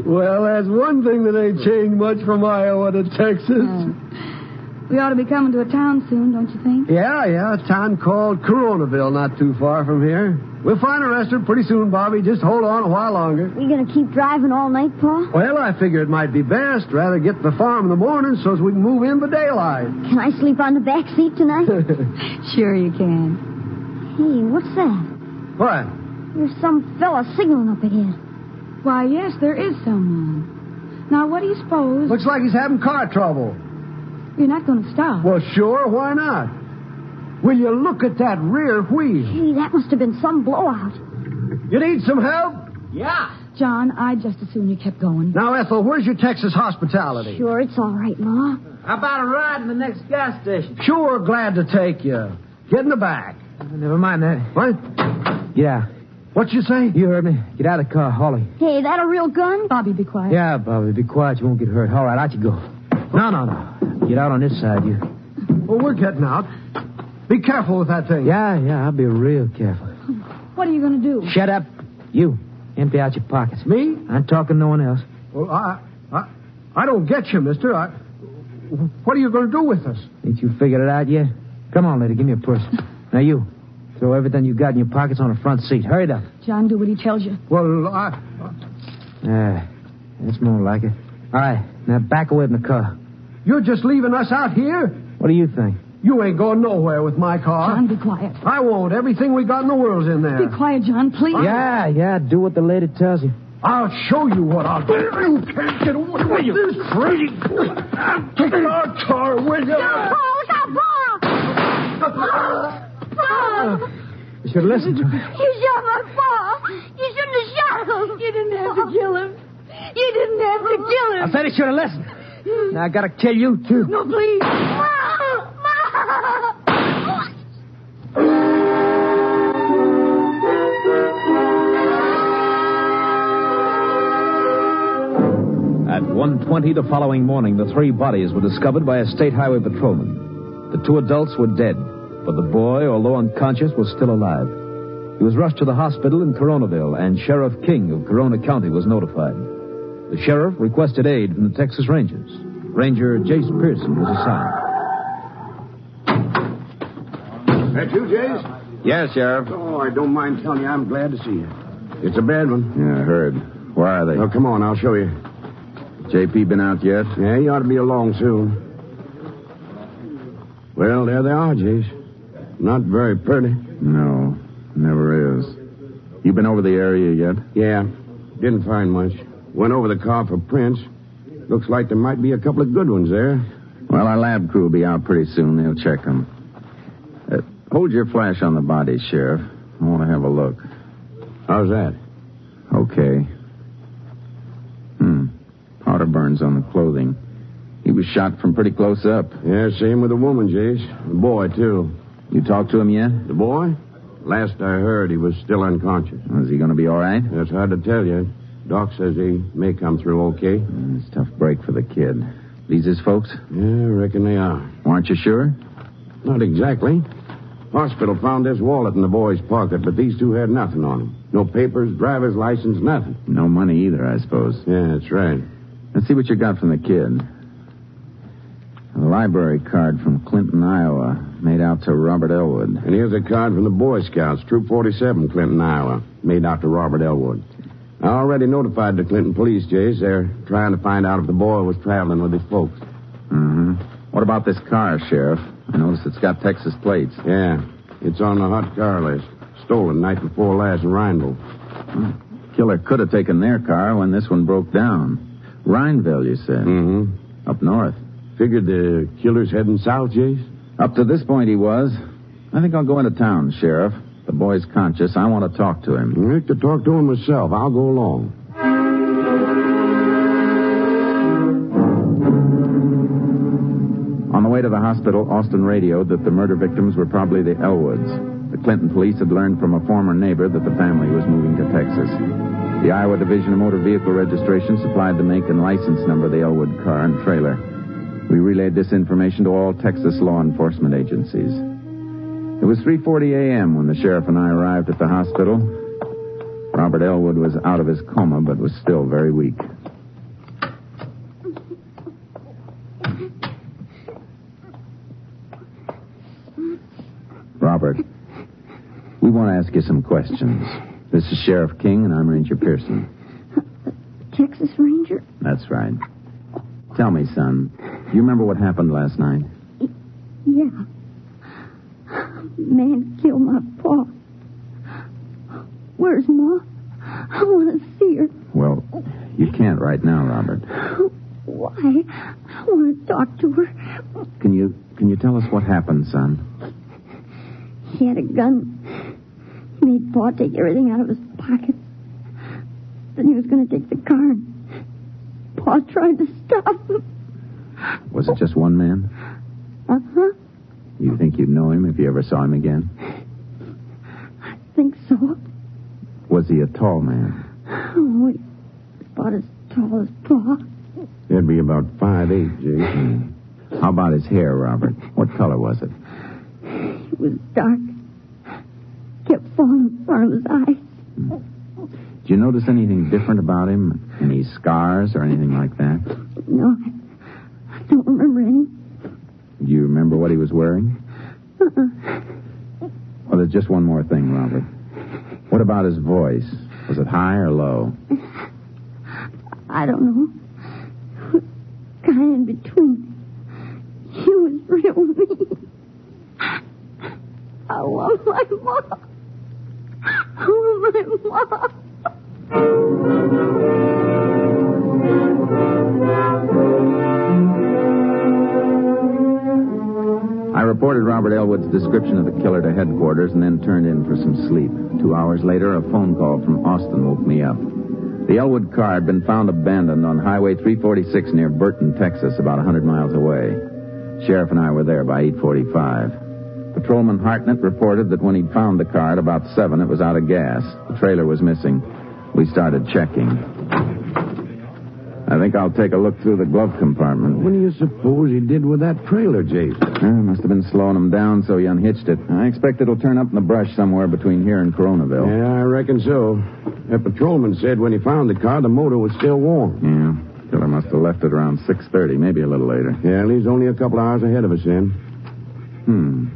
Speaker 14: well, that's one thing that ain't changed much from Iowa to Texas.
Speaker 3: we ought to be coming to a town soon, don't you think?
Speaker 14: Yeah, yeah, a town called Coronaville, not too far from here. We'll find a restaurant pretty soon, Bobby. Just hold on a while longer.
Speaker 15: You gonna keep driving all night, Pa?
Speaker 14: Well, I figure it might be best. Rather get to the farm in the morning so as we can move in by daylight.
Speaker 15: Can I sleep on the back seat tonight?
Speaker 3: Sure you can.
Speaker 15: hey, what's that?
Speaker 14: What?
Speaker 15: There's some fella signaling up ahead.
Speaker 3: Why, yes, there is someone. Now, what do you suppose?
Speaker 14: Looks like he's having car trouble.
Speaker 3: You're not going to stop.
Speaker 14: Well, sure, why not? Will you look at that rear wheel?
Speaker 15: Gee, that must have been some blowout.
Speaker 14: You need some help?
Speaker 3: Yeah. John, I would just as soon you kept going.
Speaker 14: Now, Ethel, where's your Texas hospitality?
Speaker 15: Sure, it's all right, Ma.
Speaker 16: How about a ride in the next gas station?
Speaker 14: Sure, glad to take you. Get in the back.
Speaker 11: Never mind that.
Speaker 14: What?
Speaker 11: Yeah.
Speaker 14: What you say?
Speaker 11: You heard me. Get out of the car, Holly.
Speaker 15: Hey, that a real gun?
Speaker 3: Bobby, be quiet.
Speaker 11: Yeah, Bobby, be quiet. You won't get hurt. All right, out you go. No, no, no. Get out on this side, you.
Speaker 14: Well, we're getting out. Be careful with that thing.
Speaker 11: Yeah, yeah, I'll be real careful.
Speaker 3: What are you going to do?
Speaker 11: Shut up. You. Empty out your pockets.
Speaker 14: Me?
Speaker 11: I'm talking no one else.
Speaker 14: Well, I, I, I don't get you, mister. I, what are you going to do with us?
Speaker 11: Ain't you figured it out yet? Come on, lady, give me a purse. now, you. Throw everything you got in your pockets on the front seat. Hurry it up.
Speaker 3: John, do what he tells you.
Speaker 14: Well, I,
Speaker 11: Yeah, Ah, that's more like it. All right, now back away from the car.
Speaker 14: you're just leaving us out here?
Speaker 11: What do you think?
Speaker 14: You ain't going nowhere with my car.
Speaker 3: John, be quiet.
Speaker 14: I won't. Everything we got in the world's in there.
Speaker 3: Be quiet, John, please.
Speaker 11: Yeah, yeah, do what the lady tells you.
Speaker 14: I'll show you what I'll do. You can't get away with this crazy. I'll take our car with you.
Speaker 15: Paul, look out, Pa! Pa!
Speaker 11: You should listen to me.
Speaker 15: You shot my pa. You shouldn't have shot him. You didn't have to kill him. You didn't have to kill him.
Speaker 11: I said you should have listened. Now I gotta kill you, too.
Speaker 15: No, please.
Speaker 2: At 1.20 the following morning, the three bodies were discovered by a state highway patrolman. The two adults were dead, but the boy, although unconscious, was still alive. He was rushed to the hospital in Coronaville, and Sheriff King of Corona County was notified. The sheriff requested aid from the Texas Rangers. Ranger Jace Pearson was assigned.
Speaker 17: That you, Jace?
Speaker 6: Yes, Sheriff.
Speaker 17: Oh, I don't mind telling you, I'm glad to see you. It's a bad one.
Speaker 6: Yeah, I heard. Where are they?
Speaker 17: Oh, come on, I'll show you.
Speaker 6: JP been out yet?
Speaker 17: Yeah, you ought to be along soon. Well, there they are, Jace. Not very pretty.
Speaker 6: No, never is. You been over the area yet?
Speaker 17: Yeah, didn't find much. Went over the car for prints. Looks like there might be a couple of good ones there.
Speaker 6: Well, our lab crew will be out pretty soon. They'll check them. Uh, hold your flash on the body, Sheriff. I want to have a look.
Speaker 17: How's that?
Speaker 6: Okay. Hmm. Powder burns on the clothing. He was shot from pretty close up.
Speaker 17: Yeah, same with the woman, Jace. The boy, too.
Speaker 6: You talked to him yet?
Speaker 17: The boy? Last I heard, he was still unconscious.
Speaker 6: Is he going to be all right?
Speaker 17: It's hard to tell you. Doc says he may come through okay.
Speaker 6: Mm, It's a tough break for the kid. These his folks?
Speaker 17: Yeah, I reckon they are.
Speaker 6: Aren't you sure?
Speaker 17: Not exactly. Hospital found this wallet in the boy's pocket, but these two had nothing on him. No papers, driver's license, nothing.
Speaker 6: No money either, I suppose.
Speaker 17: Yeah, that's right.
Speaker 6: Let's see what you got from the kid. A library card from Clinton, Iowa, made out to Robert Elwood.
Speaker 17: And here's a card from the Boy Scouts, Troop 47, Clinton, Iowa, made out to Robert Elwood. I already notified the Clinton police, Jace. They're trying to find out if the boy was traveling with his folks.
Speaker 6: Mm-hmm. What about this car, Sheriff? I notice it's got Texas plates.
Speaker 17: Yeah, it's on the hot car list. Stolen night before last in Rhineville.
Speaker 6: Killer could have taken their car when this one broke down. Rhineville, you said.
Speaker 17: Mm-hmm.
Speaker 6: Up north.
Speaker 17: Figured the killer's heading south, Jace?
Speaker 6: Up to this point, he was. I think I'll go into town, Sheriff. The boy's conscious. I want to talk to him.
Speaker 17: I could talk to him myself. I'll go along.
Speaker 6: On the way to the hospital, Austin radioed that the murder victims were probably the Elwoods. The Clinton police had learned from a former neighbor that the family was moving to Texas. The Iowa Division of Motor Vehicle Registration supplied the make and license number of the Elwood car and trailer. We relayed this information to all Texas law enforcement agencies. It was 3:40 a.m. when the sheriff and I arrived at the hospital. Robert Elwood was out of his coma but was still very weak. Robert, we want to ask you some questions. This is Sheriff King and I'm Ranger Pearson.
Speaker 15: Texas Ranger?
Speaker 6: That's right. Tell me, son, do you remember what happened last night?
Speaker 15: Yeah. Man killed my pa. Where's Ma? I want to see her.
Speaker 6: Well, you can't right now, Robert.
Speaker 15: Why? I want to talk to her.
Speaker 6: Can you can you tell us what happened, son?
Speaker 15: He had a gun. He made Pa take everything out of his pocket. Then he was going to take the car. and Pa tried to stop him.
Speaker 6: Was it just one man?
Speaker 15: Uh huh.
Speaker 6: You think you'd know him if you ever saw him again?
Speaker 15: Think so.
Speaker 6: Was he a tall man?
Speaker 15: Oh, he's about as tall as Pa.
Speaker 17: That'd be about five eight, Jace.
Speaker 6: How about his hair, Robert? What color was it?
Speaker 15: It was dark. Kept falling in front of his eyes.
Speaker 6: Did you notice anything different about him? Any scars or anything like that?
Speaker 15: No, I- I don't remember any.
Speaker 6: Do you remember what he was wearing?
Speaker 15: Uh-uh.
Speaker 6: Well, there's just one more thing, Robert. What about his voice? Was it high or low?
Speaker 15: I don't know. Kind in between. He was real mean. I love my mom. I love my mom.
Speaker 6: I reported Robert Elwood's description of the killer to headquarters and then turned in for some sleep. Two hours later, a phone call from Austin woke me up. The Elwood car had been found abandoned on Highway 346 near Burton, Texas, about 100 miles away. Sheriff and I were there by 8:45. Patrolman Hartnett reported that when he'd found the car at about 7, it was out of gas. The trailer was missing. We started checking. I think I'll take a look through the glove compartment.
Speaker 17: What do you suppose he did with that trailer, Jase?
Speaker 6: Uh, must have been slowing him down, so he unhitched it. I expect it'll turn up in the brush somewhere between here and Coronaville.
Speaker 17: Yeah, I reckon so. That patrolman said when he found the car, the motor was still warm.
Speaker 6: Yeah. Killer must have left it around 6.30, maybe a little later.
Speaker 17: Yeah, leaves only a couple hours ahead of us then.
Speaker 6: Hmm.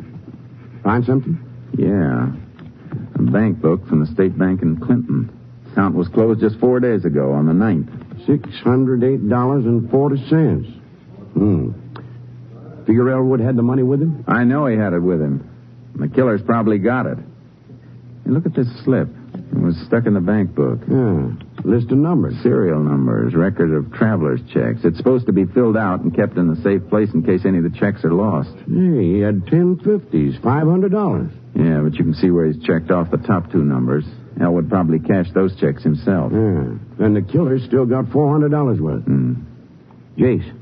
Speaker 17: Find something?
Speaker 6: Yeah. A bank book from the state bank in Clinton. Account was closed just four days ago, on the 9th.
Speaker 17: $608.40. Hmm. Figure Elwood had the money with him?
Speaker 6: I know he had it with him. The killer's probably got it. Hey, look at this slip. It was stuck in the bank book.
Speaker 17: Yeah. Hmm. List of numbers.
Speaker 6: Serial numbers, record of traveler's checks. It's supposed to be filled out and kept in a safe place in case any of the checks are lost.
Speaker 17: Hey, he had ten fifties, five hundred dollars.
Speaker 6: Yeah, but you can see where he's checked off the top two numbers. Elwood probably cashed those checks himself.
Speaker 17: Yeah. Hmm. And the killer still got four hundred dollars worth.
Speaker 6: Hmm.
Speaker 17: Jace,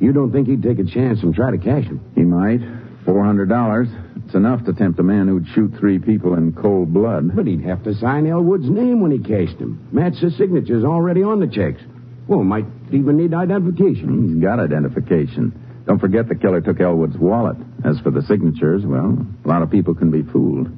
Speaker 17: you don't think he'd take a chance and try to cash him?
Speaker 6: He might.
Speaker 17: Hmm.
Speaker 6: Four hundred dollars. It's enough to tempt a man who'd shoot three people in cold blood.
Speaker 17: But he'd have to sign Elwood's name when he cashed him. Match the signatures already on the checks. Well, might even need identification.
Speaker 6: He's got identification. Don't forget the killer took Elwood's wallet. As for the signatures, well, a lot of people can be fooled.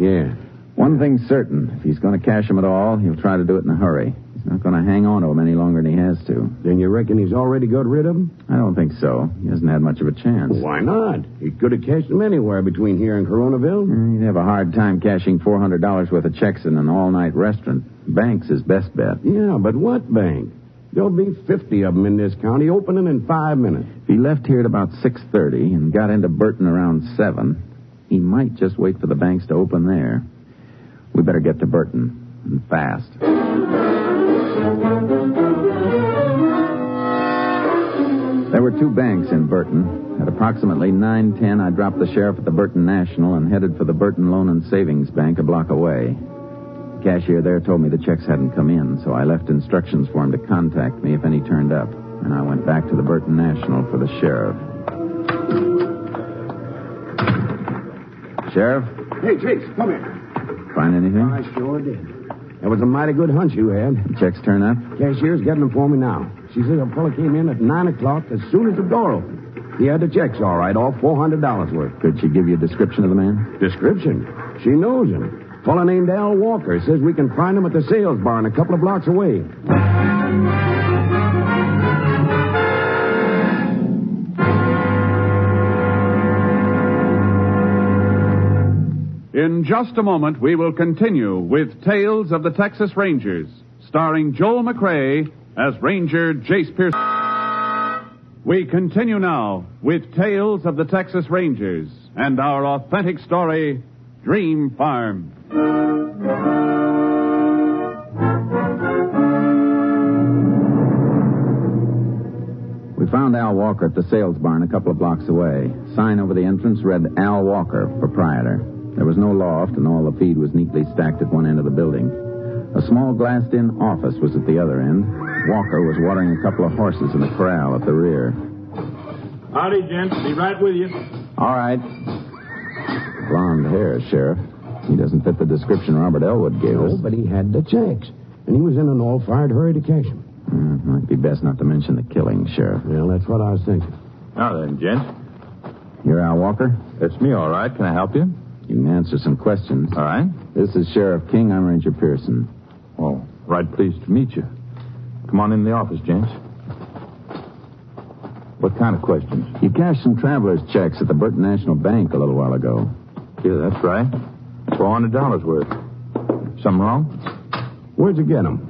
Speaker 17: Yeah.
Speaker 6: One thing's certain. If he's going to cash them at all, he'll try to do it in a hurry. He's not going to hang on to them any longer than he has to.
Speaker 17: Then you reckon he's already got rid of him?
Speaker 6: I don't think so. He hasn't had much of a chance.
Speaker 17: Why not? He could have cashed them anywhere between here and Coronaville.
Speaker 6: He'd have a hard time cashing $400 worth of checks in an all-night restaurant. Bank's his best bet.
Speaker 17: Yeah, but what bank? There'll be 50 of them in this county opening in five minutes.
Speaker 6: If he left here at about 6.30 and got into Burton around 7, he might just wait for the banks to open there. We better get to Burton, and fast. There were two banks in Burton. At approximately 9:10, I dropped the sheriff at the Burton National and headed for the Burton Loan and Savings Bank a block away. The cashier there told me the checks hadn't come in, so I left instructions for him to contact me if any turned up, and I went back to the Burton National for the sheriff. Sheriff,
Speaker 17: Hey, Jase, come here.
Speaker 6: find anything?
Speaker 17: sure did. That was a mighty good hunch you had.
Speaker 6: Checks turn up?
Speaker 17: Cashier's getting them for me now. She says a fella came in at 9 o'clock as soon as the door opened. He had the checks all right, all $400 worth.
Speaker 6: Could she give you a description of the man?
Speaker 17: Description? She knows him. Fella named Al Walker says we can find him at the sales barn a couple of blocks away.
Speaker 1: In just a moment, we will continue with Tales of the Texas Rangers, starring Joel McRae as Ranger Jace Pearson. We continue now with Tales of the Texas Rangers and our authentic story, Dream Farm.
Speaker 6: We found Al Walker at the sales barn a couple of blocks away. Sign over the entrance read Al Walker, proprietor. There was no loft, and all the feed was neatly stacked at one end of the building. A small glassed in office was at the other end. Walker was watering a couple of horses in the corral at the rear.
Speaker 18: Howdy, gents. Be right with you.
Speaker 6: All right. Blonde hair, Sheriff. He doesn't fit the description Robert Elwood gave us.
Speaker 17: No, but he had the checks. And he was in an all-fired hurry to cash them.
Speaker 6: Uh, it might be best not to mention the killing, Sheriff.
Speaker 17: Well, that's what I was thinking.
Speaker 19: Now then, gents.
Speaker 6: You're Al Walker?
Speaker 19: It's me, all right. Can I help you?
Speaker 6: You can answer some questions.
Speaker 19: All right.
Speaker 6: This is Sheriff King. I'm Ranger Pearson.
Speaker 19: Oh, right pleased to meet you. Come on in the office, gents. What kind of questions?
Speaker 6: You cashed some traveler's checks at the Burton National Bank a little while ago.
Speaker 19: Yeah, that's right. $400 worth. Something wrong?
Speaker 17: Where'd you get them?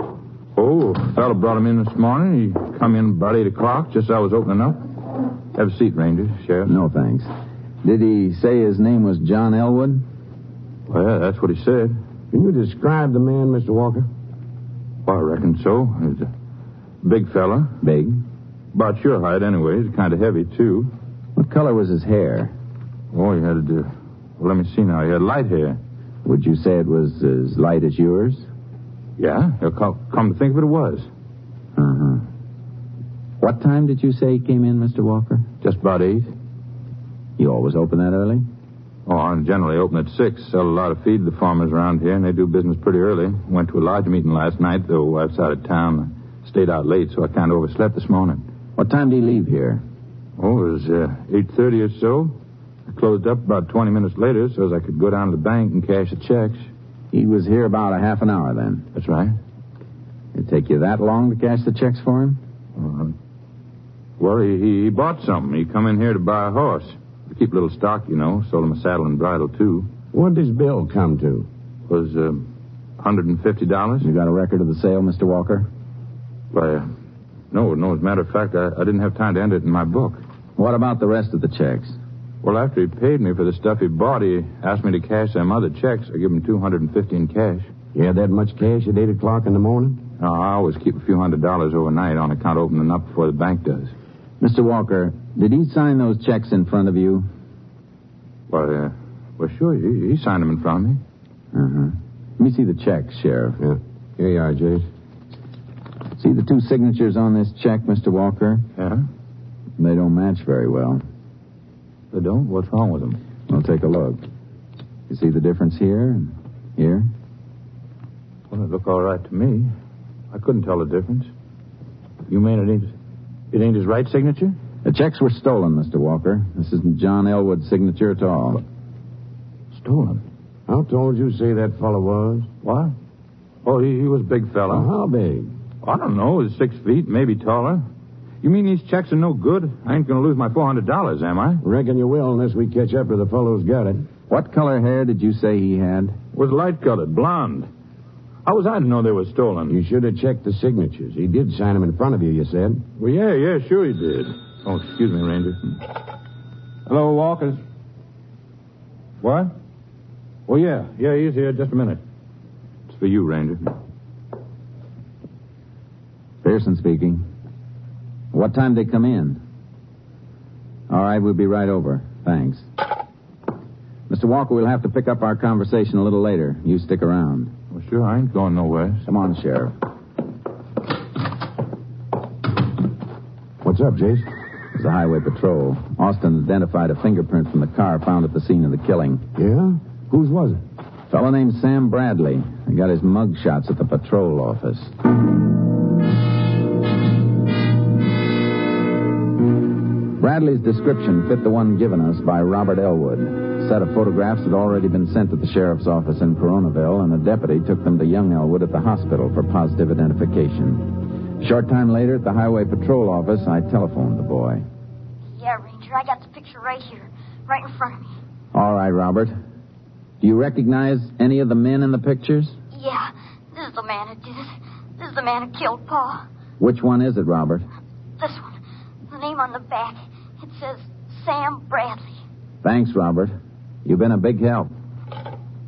Speaker 19: Oh, a fellow brought him in this morning. He come in about 8 o'clock, just as I was opening up. Have a seat, Ranger, Sheriff.
Speaker 6: No thanks. Did he say his name was John Elwood?
Speaker 19: Well, yeah, that's what he said.
Speaker 17: Can you describe the man, Mr. Walker?
Speaker 19: Well, I reckon so. He's a big fella.
Speaker 6: Big.
Speaker 19: About your height, anyways. Kind of heavy, too.
Speaker 6: What color was his hair?
Speaker 19: Oh, he had, uh, well, let me see now. He had light hair.
Speaker 6: Would you say it was as light as yours?
Speaker 19: Yeah, uh, co- come to think of it, it was.
Speaker 6: Uh huh. What time did you say he came in, Mr. Walker?
Speaker 19: Just about eight.
Speaker 6: You always open that early?
Speaker 19: Oh, I generally open at six. Sell a lot of feed to the farmers around here, and they do business pretty early. Went to a lodge meeting last night, though I was out of town. I stayed out late, so I kind of overslept this morning.
Speaker 6: What time did he leave here?
Speaker 19: Oh, it was uh, eight thirty or so. I closed up about twenty minutes later, so as I could go down to the bank and cash the checks.
Speaker 6: He was here about a half an hour then.
Speaker 19: That's right.
Speaker 6: It take you that long to cash the checks for him?
Speaker 19: Uh, well, he, he, he bought something. He come in here to buy a horse. To keep a little stock, you know. Sold him a saddle and bridle, too.
Speaker 17: What did his bill come to?
Speaker 19: Was uh, $150.
Speaker 6: You got a record of the sale, Mr. Walker?
Speaker 19: Why, uh, no, no. As a matter of fact, I, I didn't have time to enter it in my book.
Speaker 6: What about the rest of the checks?
Speaker 19: Well, after he paid me for the stuff he bought, he asked me to cash them other checks. I give him 250 in cash.
Speaker 17: You had that much cash at 8 o'clock in the morning?
Speaker 19: No, I always keep a few hundred dollars overnight on account opening up before the bank does.
Speaker 6: Mr. Walker, did he sign those checks in front of you?
Speaker 19: Well, uh, well, sure, he, he signed them in front of me.
Speaker 6: Uh-huh. Let me see the checks, Sheriff.
Speaker 17: Yeah. Here you are, Jase.
Speaker 6: See the two signatures on this check, Mr. Walker?
Speaker 19: Yeah?
Speaker 6: They don't match very well.
Speaker 19: They don't? What's wrong with them?
Speaker 6: I'll take a look. You see the difference here and here?
Speaker 19: Well, it look all right to me. I couldn't tell the difference. You mean it ain't it ain't his right signature?
Speaker 6: The checks were stolen, Mr. Walker. This isn't John Elwood's signature at all.
Speaker 19: Stolen?
Speaker 17: How tall did you say that fellow was?
Speaker 19: What? Oh, he, he was a big fellow.
Speaker 17: Well, how big?
Speaker 19: I don't know. He's six feet, maybe taller. You mean these checks are no good? I ain't gonna lose my four hundred dollars, am I?
Speaker 17: Reckon you will unless we catch up to the fellow who's got it.
Speaker 6: What color hair did you say he had?
Speaker 19: Was light colored, blonde. How was I to know they were stolen?
Speaker 17: You should have checked the signatures. He did sign them in front of you, you said.
Speaker 19: Well, yeah, yeah, sure he did. Oh, excuse me, Ranger. Hello, Walkers. What? Oh, yeah, yeah, he's here. Just a minute. It's for you, Ranger.
Speaker 6: Pearson speaking. What time they come in? All right, we'll be right over. Thanks. Mr. Walker, we'll have to pick up our conversation a little later. You stick around.
Speaker 19: Well, sure, I ain't going nowhere.
Speaker 6: Come on, Sheriff.
Speaker 17: What's up, Jace?
Speaker 6: It's the highway patrol. Austin identified a fingerprint from the car found at the scene of the killing.
Speaker 17: Yeah? Whose was it?
Speaker 6: A fellow named Sam Bradley. He got his mug shots at the patrol office. Bradley's description fit the one given us by Robert Elwood. A set of photographs had already been sent to the sheriff's office in Coronaville, and a deputy took them to young Elwood at the hospital for positive identification. A short time later, at the highway patrol office, I telephoned the boy.
Speaker 20: Yeah, Ranger, I got the picture right here, right in front of me.
Speaker 6: All right, Robert. Do you recognize any of the men in the pictures?
Speaker 20: Yeah, this is the man who did it. This is the man who killed Paul.
Speaker 6: Which one is it, Robert?
Speaker 20: This one. The name on the back. It says Sam Bradley.
Speaker 6: Thanks, Robert. You've been a big help.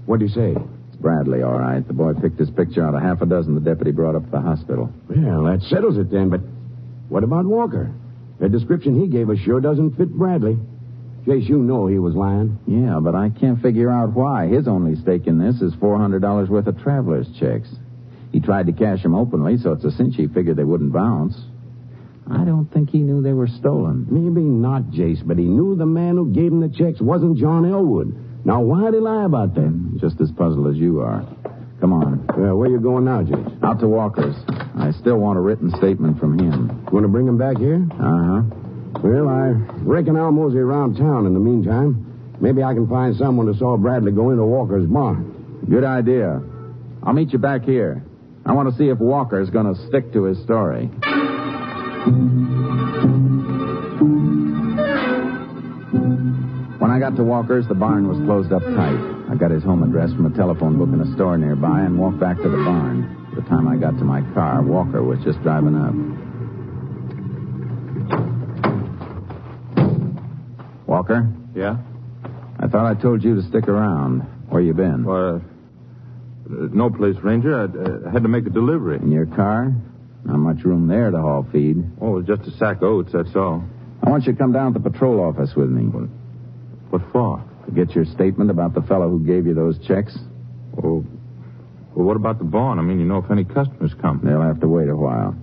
Speaker 17: What'd you say?
Speaker 6: It's Bradley, all right. The boy picked his picture out of half a dozen the deputy brought up to the hospital.
Speaker 17: Well, that settles it then, but what about Walker? The description he gave us sure doesn't fit Bradley. Chase, you know he was lying.
Speaker 6: Yeah, but I can't figure out why. His only stake in this is $400 worth of traveler's checks. He tried to cash 'em openly, so it's a cinch he figured they wouldn't bounce. I don't think he knew they were stolen.
Speaker 17: Maybe not, Jace, but he knew the man who gave him the checks wasn't John Elwood. Now, why'd he lie about that?
Speaker 6: Mm, Just as puzzled as you are. Come on.
Speaker 17: Well, where you going now, Jace?
Speaker 6: Out to Walker's. I still want a written statement from him.
Speaker 17: You want to bring him back here?
Speaker 6: Uh huh.
Speaker 17: Well, I reckon I'll mosey around town in the meantime. Maybe I can find someone who saw Bradley go into Walker's barn.
Speaker 6: Good idea. I'll meet you back here. I want to see if Walker's going to stick to his story. When I got to Walker's, the barn was closed up tight. I got his home address from a telephone book in a store nearby and walked back to the barn. By the time I got to my car, Walker was just driving up. Walker?
Speaker 19: Yeah?
Speaker 6: I thought I told you to stick around. Where you been?
Speaker 19: Well, uh, no place, Ranger. I uh, had to make a delivery.
Speaker 6: In your car? Not much room there to haul feed.
Speaker 19: Oh, it was just a sack of oats, that's all.
Speaker 6: I want you to come down to the patrol office with me.
Speaker 19: What for?
Speaker 6: To get your statement about the fellow who gave you those checks?
Speaker 19: Oh. Well, what about the bond? I mean, you know if any customers come.
Speaker 6: They'll have to wait a while.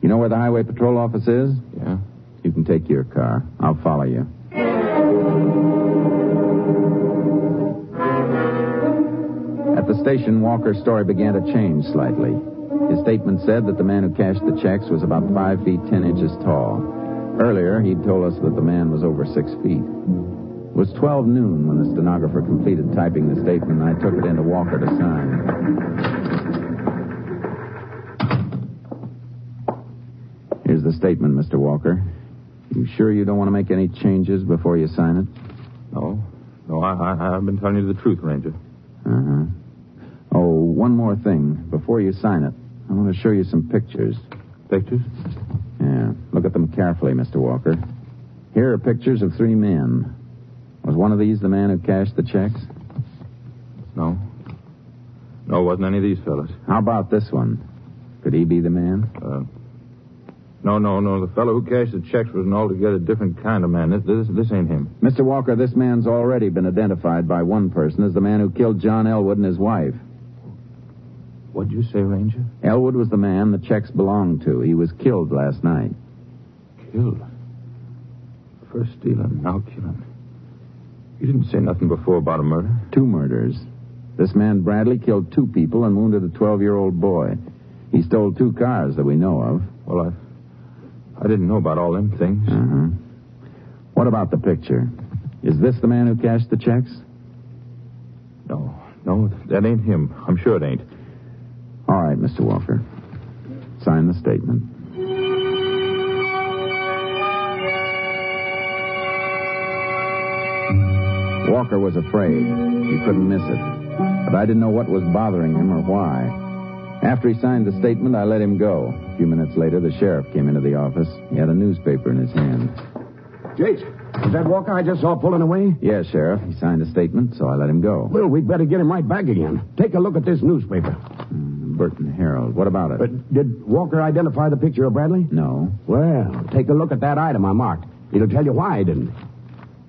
Speaker 6: You know where the highway patrol office is?
Speaker 19: Yeah.
Speaker 6: You can take your car. I'll follow you. At the station, Walker's story began to change slightly. His statement said that the man who cashed the checks was about five feet ten inches tall. Earlier, he'd told us that the man was over six feet. It was 12 noon when the stenographer completed typing the statement, and I took it into Walker to sign. Here's the statement, Mr. Walker. You sure you don't want to make any changes before you sign it?
Speaker 19: No. No, I, I, I've been telling you the truth, Ranger.
Speaker 6: Uh huh. Oh, one more thing. Before you sign it, I want to show you some pictures.
Speaker 19: Pictures?
Speaker 6: Yeah. Look at them carefully, Mr. Walker. Here are pictures of three men. Was one of these the man who cashed the checks?
Speaker 19: No. No, it wasn't any of these fellas.
Speaker 6: How about this one? Could he be the man?
Speaker 19: Uh, no, no, no. The fellow who cashed the checks was an altogether different kind of man. This, this, this ain't him.
Speaker 6: Mr. Walker, this man's already been identified by one person as the man who killed John Elwood and his wife.
Speaker 19: What'd you say, Ranger?
Speaker 6: Elwood was the man the checks belonged to. He was killed last night.
Speaker 19: Killed? First stealing, now killing. You didn't say nothing before about a murder.
Speaker 6: Two murders. This man Bradley killed two people and wounded a 12 year old boy. He stole two cars that we know of.
Speaker 19: Well, I. I didn't know about all them things.
Speaker 6: Uh-huh. What about the picture? Is this the man who cashed the checks?
Speaker 19: No, no, that ain't him. I'm sure it ain't.
Speaker 6: All right, Mr. Walker. Sign the statement. Walker was afraid. He couldn't miss it. But I didn't know what was bothering him or why. After he signed the statement, I let him go. A few minutes later, the sheriff came into the office. He had a newspaper in his hand.
Speaker 17: Jake, is that Walker I just saw pulling away?
Speaker 6: Yes, Sheriff. He signed a statement, so I let him go.
Speaker 17: Well, we'd better get him right back again. Take a look at this newspaper.
Speaker 6: Burton Herald. What about it?
Speaker 17: But did Walker identify the picture of Bradley?
Speaker 6: No.
Speaker 17: Well, take a look at that item I marked. It'll tell you why he didn't.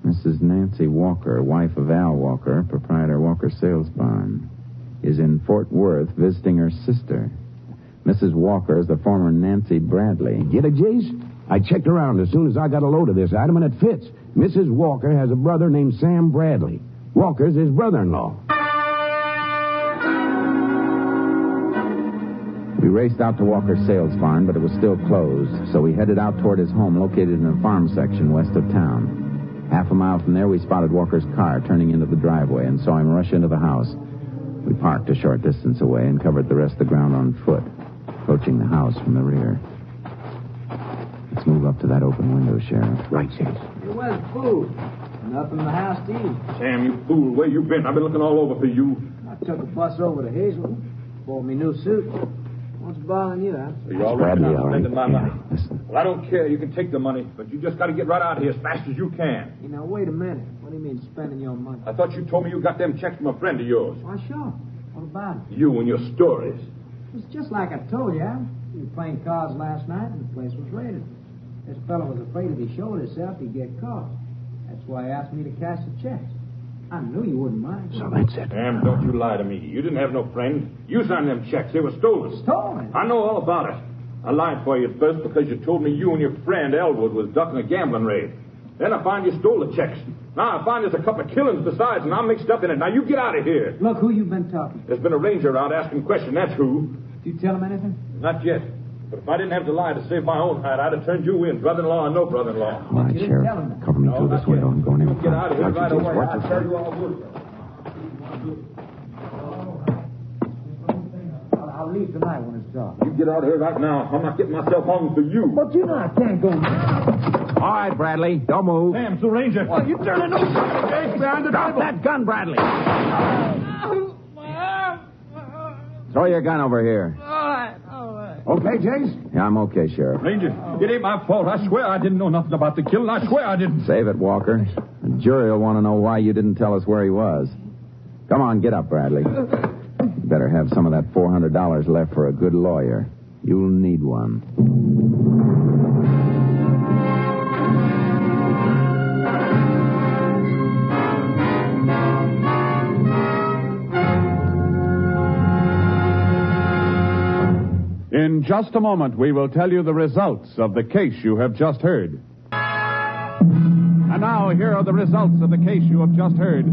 Speaker 6: Mrs. Nancy Walker, wife of Al Walker, proprietor Walker Sales Barn, is in Fort Worth visiting her sister. Mrs. Walker is the former Nancy Bradley.
Speaker 17: Get it, Jace? I checked around as soon as I got a load of this item, and it fits. Mrs. Walker has a brother named Sam Bradley. Walker's his brother in law.
Speaker 6: We raced out to Walker's sales farm, but it was still closed, so we headed out toward his home located in a farm section west of town. Half a mile from there, we spotted Walker's car turning into the driveway and saw him rush into the house. We parked a short distance away and covered the rest of the ground on foot, approaching the house from the rear. Let's move up to that open window, Sheriff.
Speaker 17: Right, Sheriff.
Speaker 11: It was food. Nothing in the house to eat.
Speaker 18: Sam, you fool. Where you been? I've been looking all over for you.
Speaker 11: I took a bus over to Hazel. Bought me new suit. What's bothering you, huh?
Speaker 18: So you're all right
Speaker 17: Bradley,
Speaker 18: now
Speaker 17: all right.
Speaker 18: spending my
Speaker 17: Yeah,
Speaker 18: money.
Speaker 17: listen.
Speaker 18: Well, I don't care. You can take the money, but you just got to get right out of here as fast as you can.
Speaker 11: You know, wait a minute. What do you mean spending your money?
Speaker 18: I thought you told me you got them checks from a friend of yours.
Speaker 11: Why, sure. What about it?
Speaker 18: You and your stories.
Speaker 11: It's just like I told you, huh? We were playing cards last night and the place was raided. This fellow was afraid if he showed himself, he'd get caught. That's why he asked me to cash the checks. I knew you wouldn't mind.
Speaker 17: So that's it.
Speaker 18: Sam, don't you lie to me. You didn't have no friend. You signed them checks. They were stolen.
Speaker 11: Stolen?
Speaker 18: I know all about it. I lied for you at first because you told me you and your friend Elwood was ducking a gambling raid. Then I find you stole the checks. Now I find there's a couple of killings besides, and I'm mixed up in it. Now you get out of here.
Speaker 11: Look who you've been talking
Speaker 18: There's been a ranger out asking questions. That's who.
Speaker 11: to. Did you tell him anything?
Speaker 18: Not yet. But if I didn't have to lie to save my own hide, I'd have turned you in, brother-in-law or no brother-in-law.
Speaker 6: All right,
Speaker 11: You didn't
Speaker 6: Sheriff.
Speaker 11: tell him that.
Speaker 6: Cover me
Speaker 18: No,
Speaker 6: through
Speaker 18: not
Speaker 6: this window.
Speaker 18: yet.
Speaker 6: I'm going in
Speaker 18: Get out of here
Speaker 6: front.
Speaker 18: right away.
Speaker 6: Watch
Speaker 18: I'll
Speaker 6: your
Speaker 18: tell you all good.
Speaker 11: I'll, I'll leave tonight when it's dark.
Speaker 18: You get out of here right now. I'm not getting myself hung for you.
Speaker 11: But you know I can't go now.
Speaker 17: All right, Bradley. Don't move.
Speaker 18: Sam, it's the ranger.
Speaker 17: Well, you turn it over.
Speaker 18: Jake, behind the
Speaker 17: Drop that gun,
Speaker 15: Oh,
Speaker 17: Bradley.
Speaker 5: My arm. My arm.
Speaker 6: Throw your gun over here.
Speaker 5: All right, all right.
Speaker 17: Okay, Jace?
Speaker 6: Yeah, I'm okay, Sheriff.
Speaker 18: Ranger, it ain't my fault. I swear I didn't know nothing about the killing. I swear I didn't.
Speaker 6: Save it, Walker. The jury will want to know why you didn't tell us where he was. Come on, get up, Bradley. You better have some of that $400 left for a good lawyer. You'll need one.
Speaker 9: In just a moment, we will tell you the results of the case you have just heard. And now, here are the results of the case you have just heard.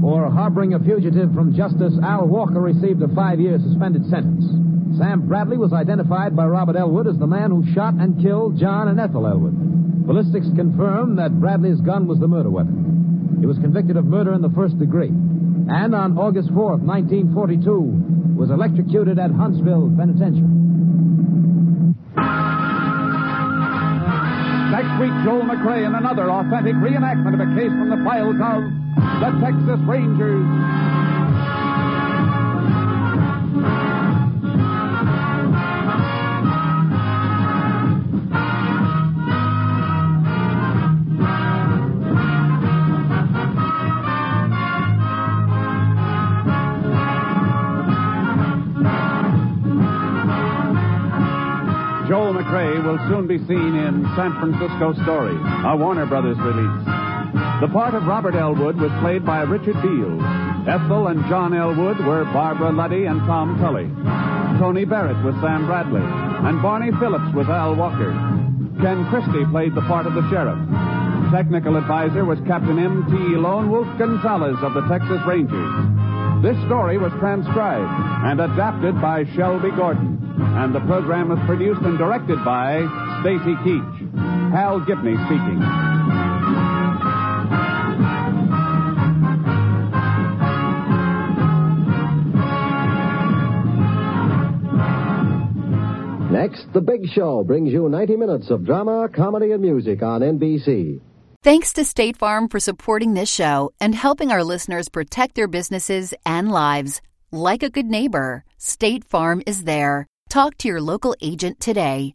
Speaker 2: For harboring a fugitive from justice, Al Walker received a five year suspended sentence. Sam Bradley was identified by Robert Elwood as the man who shot and killed John and Ethel Elwood. Ballistics confirmed that Bradley's gun was the murder weapon. He was convicted of murder in the first degree. And on August 4th, 1942, was electrocuted at Huntsville Penitentiary.
Speaker 9: Next week, Joel McRae in another authentic reenactment of a case from the files of the Texas Rangers. Joel McRae will soon be seen in San Francisco Story, a Warner Brothers release. The part of Robert Elwood was played by Richard Beals. Ethel and John Elwood were Barbara Luddy and Tom Tully. Tony Barrett was Sam Bradley, and Barney Phillips was Al Walker. Ken Christie played the part of the sheriff. Technical advisor was Captain M.T. Lone Wolf Gonzalez of the Texas Rangers. This story was transcribed and adapted by Shelby Gordon, and the program was produced and directed by Stacy Keach. Hal Gibney speaking.
Speaker 14: Next, The Big Show brings you 90 minutes of drama, comedy, and music on NBC.
Speaker 13: Thanks to State Farm for supporting this show and helping our listeners protect their businesses and lives. Like a good neighbor, State Farm is there. Talk to your local agent today.